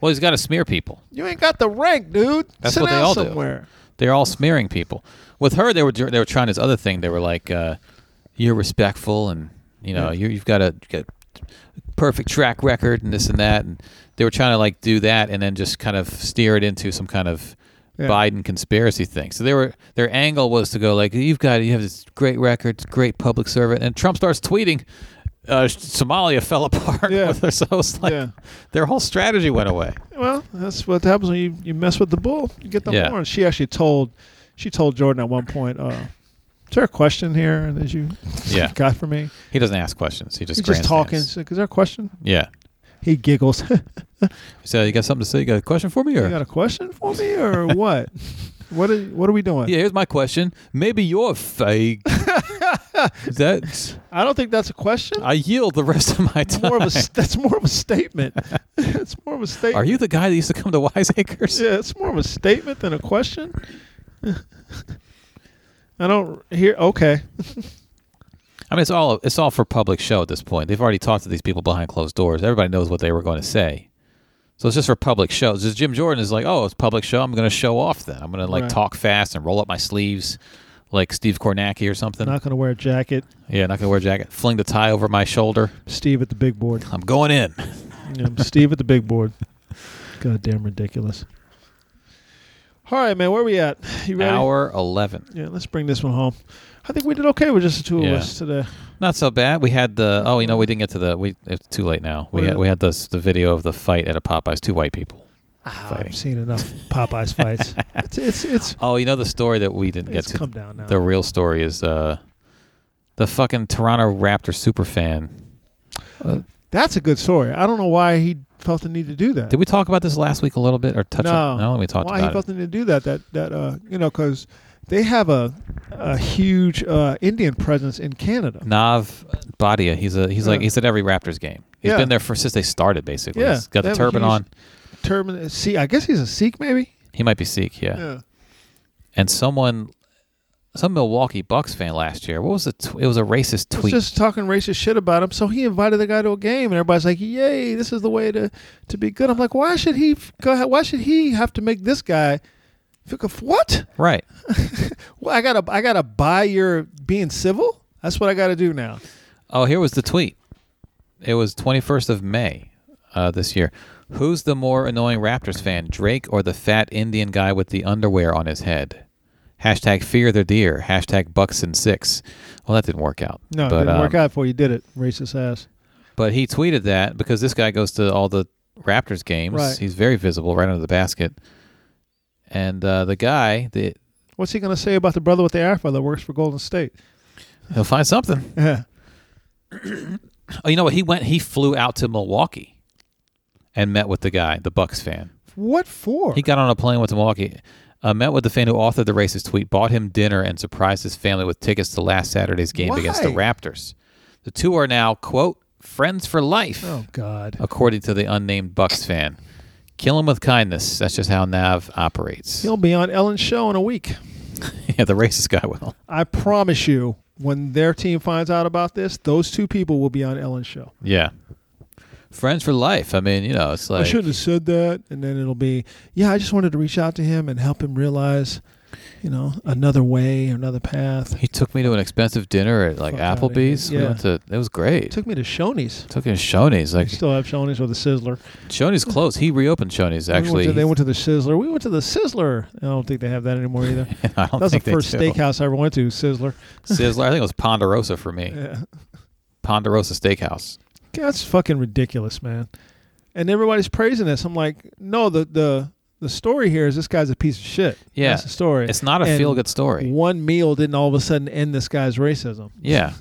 Speaker 3: well, he's got to smear people.
Speaker 2: You ain't got the rank, dude.
Speaker 3: That's
Speaker 2: Sit
Speaker 3: what they
Speaker 2: down
Speaker 3: all do.
Speaker 2: somewhere.
Speaker 3: They're all smearing people. With her, they were they were trying this other thing. They were like, uh, "You're respectful, and you know you, you've got a, got a perfect track record, and this and that." And they were trying to like do that, and then just kind of steer it into some kind of
Speaker 2: Yeah.
Speaker 3: Biden conspiracy thing. So they were their angle was to go like, "You've got you have this great record, great public servant," and Trump starts tweeting. Uh, Somalia fell [laughs] apart.
Speaker 2: Yeah.
Speaker 3: with her, so it's like
Speaker 2: Yeah.
Speaker 3: their whole strategy went away.
Speaker 2: Well, that's what happens when you, you mess with the bull. You get the
Speaker 3: Yeah.
Speaker 2: horn. She actually told she told Jordan at one point, uh, is there a question here that you
Speaker 3: [laughs] Yeah.
Speaker 2: got for me?
Speaker 3: He doesn't ask questions. He just
Speaker 2: He's just talking.
Speaker 3: grandstands.
Speaker 2: She's like, is there a question?
Speaker 3: Yeah.
Speaker 2: He giggles. [laughs] you
Speaker 3: So you got something to say? You got a question for me, or
Speaker 2: got a question for me [laughs] or what? what are what are we doing?
Speaker 3: Yeah, here's my question. Maybe
Speaker 2: [laughs]
Speaker 3: you're fake. that
Speaker 2: I don't think that's a question.
Speaker 3: I yield the rest of my
Speaker 2: It's
Speaker 3: time.
Speaker 2: more of a s- that's more of a
Speaker 3: [laughs]
Speaker 2: statement. it's more of a statement.
Speaker 3: Are you the guy that used to come to
Speaker 2: [laughs]
Speaker 3: Wiseacres?
Speaker 2: Yeah, it's more of a statement than a question. [laughs] I don't hear. Okay,
Speaker 3: I mean, it's all it's all for public show at this point. They've already talked to these people behind closed doors. Everybody knows what they were going to say. So it's just for public show. It's Just Jim Jordan is like, oh, it's public show. I'm going to show off. Then I'm going to like
Speaker 2: Right.
Speaker 3: talk fast and roll up my sleeves, like Steve Kornacki or something.
Speaker 2: not gonna wear a jacket.
Speaker 3: yeah, not going to wear a jacket. Fling the tie over my shoulder.
Speaker 2: Steve at the big board.
Speaker 3: I'm going in.
Speaker 2: Yeah, I'm Steve at the big board. Goddamn ridiculous. All right, man, where we at? You ready?
Speaker 3: Hour eleven.
Speaker 2: Yeah, let's bring this one home. I think we did okay with just the two of
Speaker 3: Yeah.
Speaker 2: us today.
Speaker 3: Not so bad. We had the oh, you know, we didn't get to the we. It's too late now. We
Speaker 2: What
Speaker 3: had,
Speaker 2: is
Speaker 3: we
Speaker 2: it?
Speaker 3: had this the video of the fight at a Popeyes, two white people.
Speaker 2: Oh,
Speaker 3: Fighting.
Speaker 2: I've seen enough Popeyes fights. It's it's
Speaker 3: [laughs]
Speaker 2: it's,
Speaker 3: Oh, you know the story that we didn't
Speaker 2: it's
Speaker 3: get to.
Speaker 2: come down now.
Speaker 3: The real story is uh, the fucking Toronto Raptor super fan.
Speaker 2: That's a good story. I don't know why he felt the need to do that.
Speaker 3: Did we talk about this last week a little bit or touch
Speaker 2: no,
Speaker 3: on? No, we talked
Speaker 2: why he
Speaker 3: about
Speaker 2: felt
Speaker 3: it.
Speaker 2: the need to do that. That that uh, you know, because they have a a huge uh, Indian presence in Canada.
Speaker 3: Nav Badia, he's a he's like
Speaker 2: Yeah.
Speaker 3: he's at every Raptors game. He's
Speaker 2: Yeah.
Speaker 3: been there for since they started basically.
Speaker 2: Yeah,
Speaker 3: he's got
Speaker 2: they
Speaker 3: the
Speaker 2: have a
Speaker 3: turban
Speaker 2: huge-
Speaker 3: on.
Speaker 2: Turban, see, I guess he's a Sikh, maybe.
Speaker 3: He might be Sikh, yeah. And someone, some Milwaukee Bucks fan last year. What was it? Tw- it was a racist
Speaker 2: was
Speaker 3: tweet.
Speaker 2: just talking racist shit about him. So he invited the guy to a game, and everybody's like, "Yay, this is the way to to be good." I'm like, why should he? f- Go ahead, why should he have to make this guy? Think of what?
Speaker 3: right.
Speaker 2: Well, I gotta I gotta buy your being civil. That's what I gotta do now.
Speaker 3: Oh, here was the tweet. It was 21st of May uh, this year. Who's the more annoying Raptors fan, Drake or the fat Indian guy with the underwear on his head? Hashtag fear the deer. Hashtag bucks and six. Well, that didn't work out.
Speaker 2: No, it
Speaker 3: But,
Speaker 2: didn't work
Speaker 3: um,
Speaker 2: out for you, did it? Racist ass.
Speaker 3: But he tweeted that because this guy goes to all the Raptors games.
Speaker 2: Right.
Speaker 3: He's very visible right under the basket. And uh, the guy, the,
Speaker 2: What's he gonna say about the brother with the afro that works for Golden State?
Speaker 3: he'll find something.
Speaker 2: Yeah,
Speaker 3: Oh, you know what? He went. He flew out to Milwaukee and met with the guy, the Bucks fan.
Speaker 2: [laughs] what for?
Speaker 3: He got on a plane with Milwaukee, uh, met with the fan who authored the racist tweet, bought him dinner, and surprised his family with tickets to last Saturday's game against the
Speaker 2: Why?
Speaker 3: Raptors. The two are now quote friends for life,
Speaker 2: oh God.
Speaker 3: according to the unnamed Bucks fan. Kill him with kindness. That's just how Nav operates.
Speaker 2: He'll be on Ellen's show in a week.
Speaker 3: [laughs] yeah, the racist guy will.
Speaker 2: I promise you. When their team finds out about this, those two people will be on Ellen's show.
Speaker 3: Yeah, friends for life. I mean, you know, it's
Speaker 2: I
Speaker 3: like
Speaker 2: shouldn't have said that. And then it'll be, yeah, I just wanted to reach out to him and help him realize, you know, another way, another path.
Speaker 3: he took me to an expensive dinner at like
Speaker 2: Fuck outta here.
Speaker 3: Applebee's. We
Speaker 2: Yeah.
Speaker 3: went to. It was great.
Speaker 2: He took me to Shoney's.
Speaker 3: took him to Shoney's.
Speaker 2: They
Speaker 3: Like
Speaker 2: still have Shoney's or the Sizzler.
Speaker 3: Shoney's closed. He reopened Shoney's
Speaker 2: We went
Speaker 3: actually.
Speaker 2: to- they went to the Sizzler. We went to the Sizzler. I don't think they have that anymore either.
Speaker 3: [laughs] I don't
Speaker 2: That was the
Speaker 3: think they
Speaker 2: first
Speaker 3: do.
Speaker 2: steakhouse I ever went to,
Speaker 3: [laughs]
Speaker 2: Sizzler.
Speaker 3: Sizzler. I think it was Ponderosa for me.
Speaker 2: Yeah.
Speaker 3: Ponderosa Steakhouse.
Speaker 2: God, That's fucking ridiculous, man. And everybody's praising this. I'm like, no, the the the story here is this guy's a piece of shit.
Speaker 3: Yeah.
Speaker 2: That's the story.
Speaker 3: It's not a
Speaker 2: And
Speaker 3: feel-good story.
Speaker 2: One meal didn't all of a sudden end this guy's racism. [laughs]
Speaker 3: Yeah.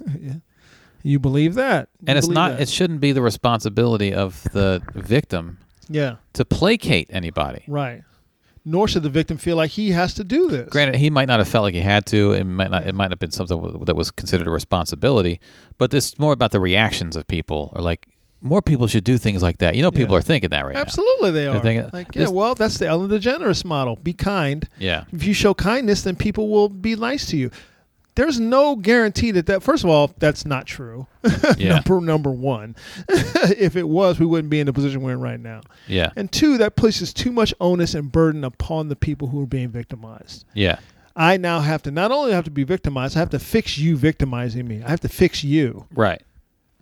Speaker 2: You believe that? You
Speaker 3: And it's
Speaker 2: believe
Speaker 3: not
Speaker 2: that.
Speaker 3: it shouldn't be the responsibility of the victim
Speaker 2: yeah.
Speaker 3: to placate anybody.
Speaker 2: Right. Nor should the victim feel like he has to do this.
Speaker 3: Granted, he might not have felt like he had to. It might not. It might have been something that was considered a responsibility. But it's more about the reactions of people, or like more people should do things like that. You know, people
Speaker 2: Yeah.
Speaker 3: are thinking that right
Speaker 2: Absolutely, they
Speaker 3: They're
Speaker 2: are.
Speaker 3: thinking-
Speaker 2: like, yeah,
Speaker 3: this-
Speaker 2: well, that's the Ellen DeGeneres model. Be kind.
Speaker 3: Yeah.
Speaker 2: If you show kindness, then people will be nice to you. There's no guarantee that that. First of all, that's not true. [laughs]
Speaker 3: now. Yeah,
Speaker 2: number number one, [laughs] if it was, we wouldn't be in the position we're in right now.
Speaker 3: yeah,
Speaker 2: And two, that places too much onus and burden upon the people who are being victimized.
Speaker 3: yeah,
Speaker 2: I now have to not only have to be victimized, I have to fix you victimizing me. I have to fix you
Speaker 3: right.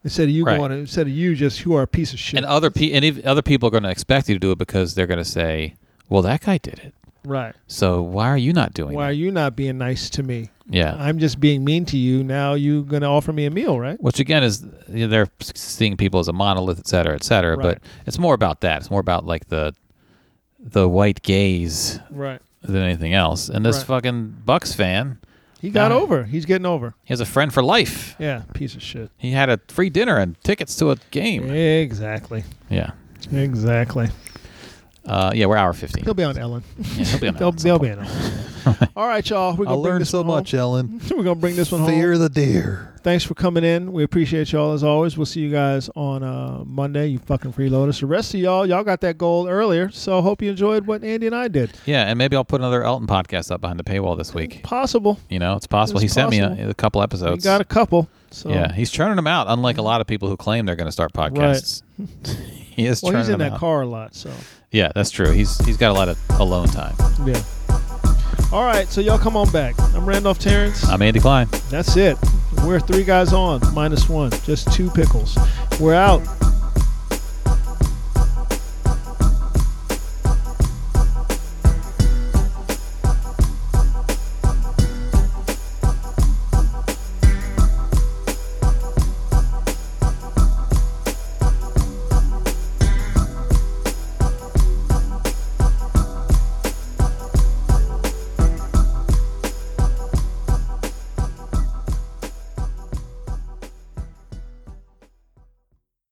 Speaker 2: instead of you
Speaker 3: Right.
Speaker 2: going instead of you just who are a piece of shit.
Speaker 3: And uh, other pe- and if other people are going to expect you to do it because they're going to say, "Well, that guy did it,
Speaker 2: right.
Speaker 3: so why are you not doing
Speaker 2: Why are
Speaker 3: it?"
Speaker 2: you not being nice to me?
Speaker 3: yeah,
Speaker 2: I'm just being mean to you. Now you're going to offer me a meal, right?
Speaker 3: which again is you know, they're seeing people as a monolith, et cetera, et cetera.
Speaker 2: Right.
Speaker 3: But it's more about that. It's more about like the the white gaze
Speaker 2: Right.
Speaker 3: than anything else. And this
Speaker 2: Right.
Speaker 3: fucking Bucks fan,
Speaker 2: He got
Speaker 3: Got it.
Speaker 2: over. He's getting over.
Speaker 3: he has a friend for life.
Speaker 2: Yeah, piece of shit.
Speaker 3: He had a free dinner and tickets to a game.
Speaker 2: Exactly.
Speaker 3: Yeah.
Speaker 2: Exactly.
Speaker 3: Uh, yeah, we're hour 50.
Speaker 2: He'll be on Ellen.
Speaker 3: Yeah, he'll be on
Speaker 2: [laughs]
Speaker 3: that
Speaker 2: They'll,
Speaker 3: one.
Speaker 2: they'll be on Ellen. All right, y'all. We're
Speaker 4: I
Speaker 2: going to bring
Speaker 4: learned
Speaker 2: this
Speaker 4: so
Speaker 2: one home.
Speaker 4: much, Ellen.
Speaker 2: [laughs] We're going to bring this one home.
Speaker 4: Fear the deer.
Speaker 2: Thanks for coming in. We appreciate y'all as always. We'll see you guys on uh, Monday. You fucking freeloaders. The rest of y'all, y'all got that goal earlier. So hope you enjoyed what Andy and I did.
Speaker 3: Yeah, and maybe I'll put another Elton podcast up behind the paywall this week.
Speaker 2: Possible.
Speaker 3: You know, it's possible.
Speaker 2: It's
Speaker 3: he sent me
Speaker 2: possible.
Speaker 3: a, a couple
Speaker 2: We
Speaker 3: episodes.
Speaker 2: got a couple. So
Speaker 3: Yeah, he's churning them out, unlike a lot of people who claim they're going to start podcasts. [laughs] he is
Speaker 2: well,
Speaker 3: churning
Speaker 2: he's in
Speaker 3: them
Speaker 2: that
Speaker 3: out.
Speaker 2: car a lot. So
Speaker 3: Yeah, that's true. He's He's got a lot of alone time.
Speaker 2: yeah. All right, so y'all come on back. I'm Randolph Terrence.
Speaker 3: I'm Andy Klein.
Speaker 2: That's it. We're three guys on minus one. Just two pickles. We're out.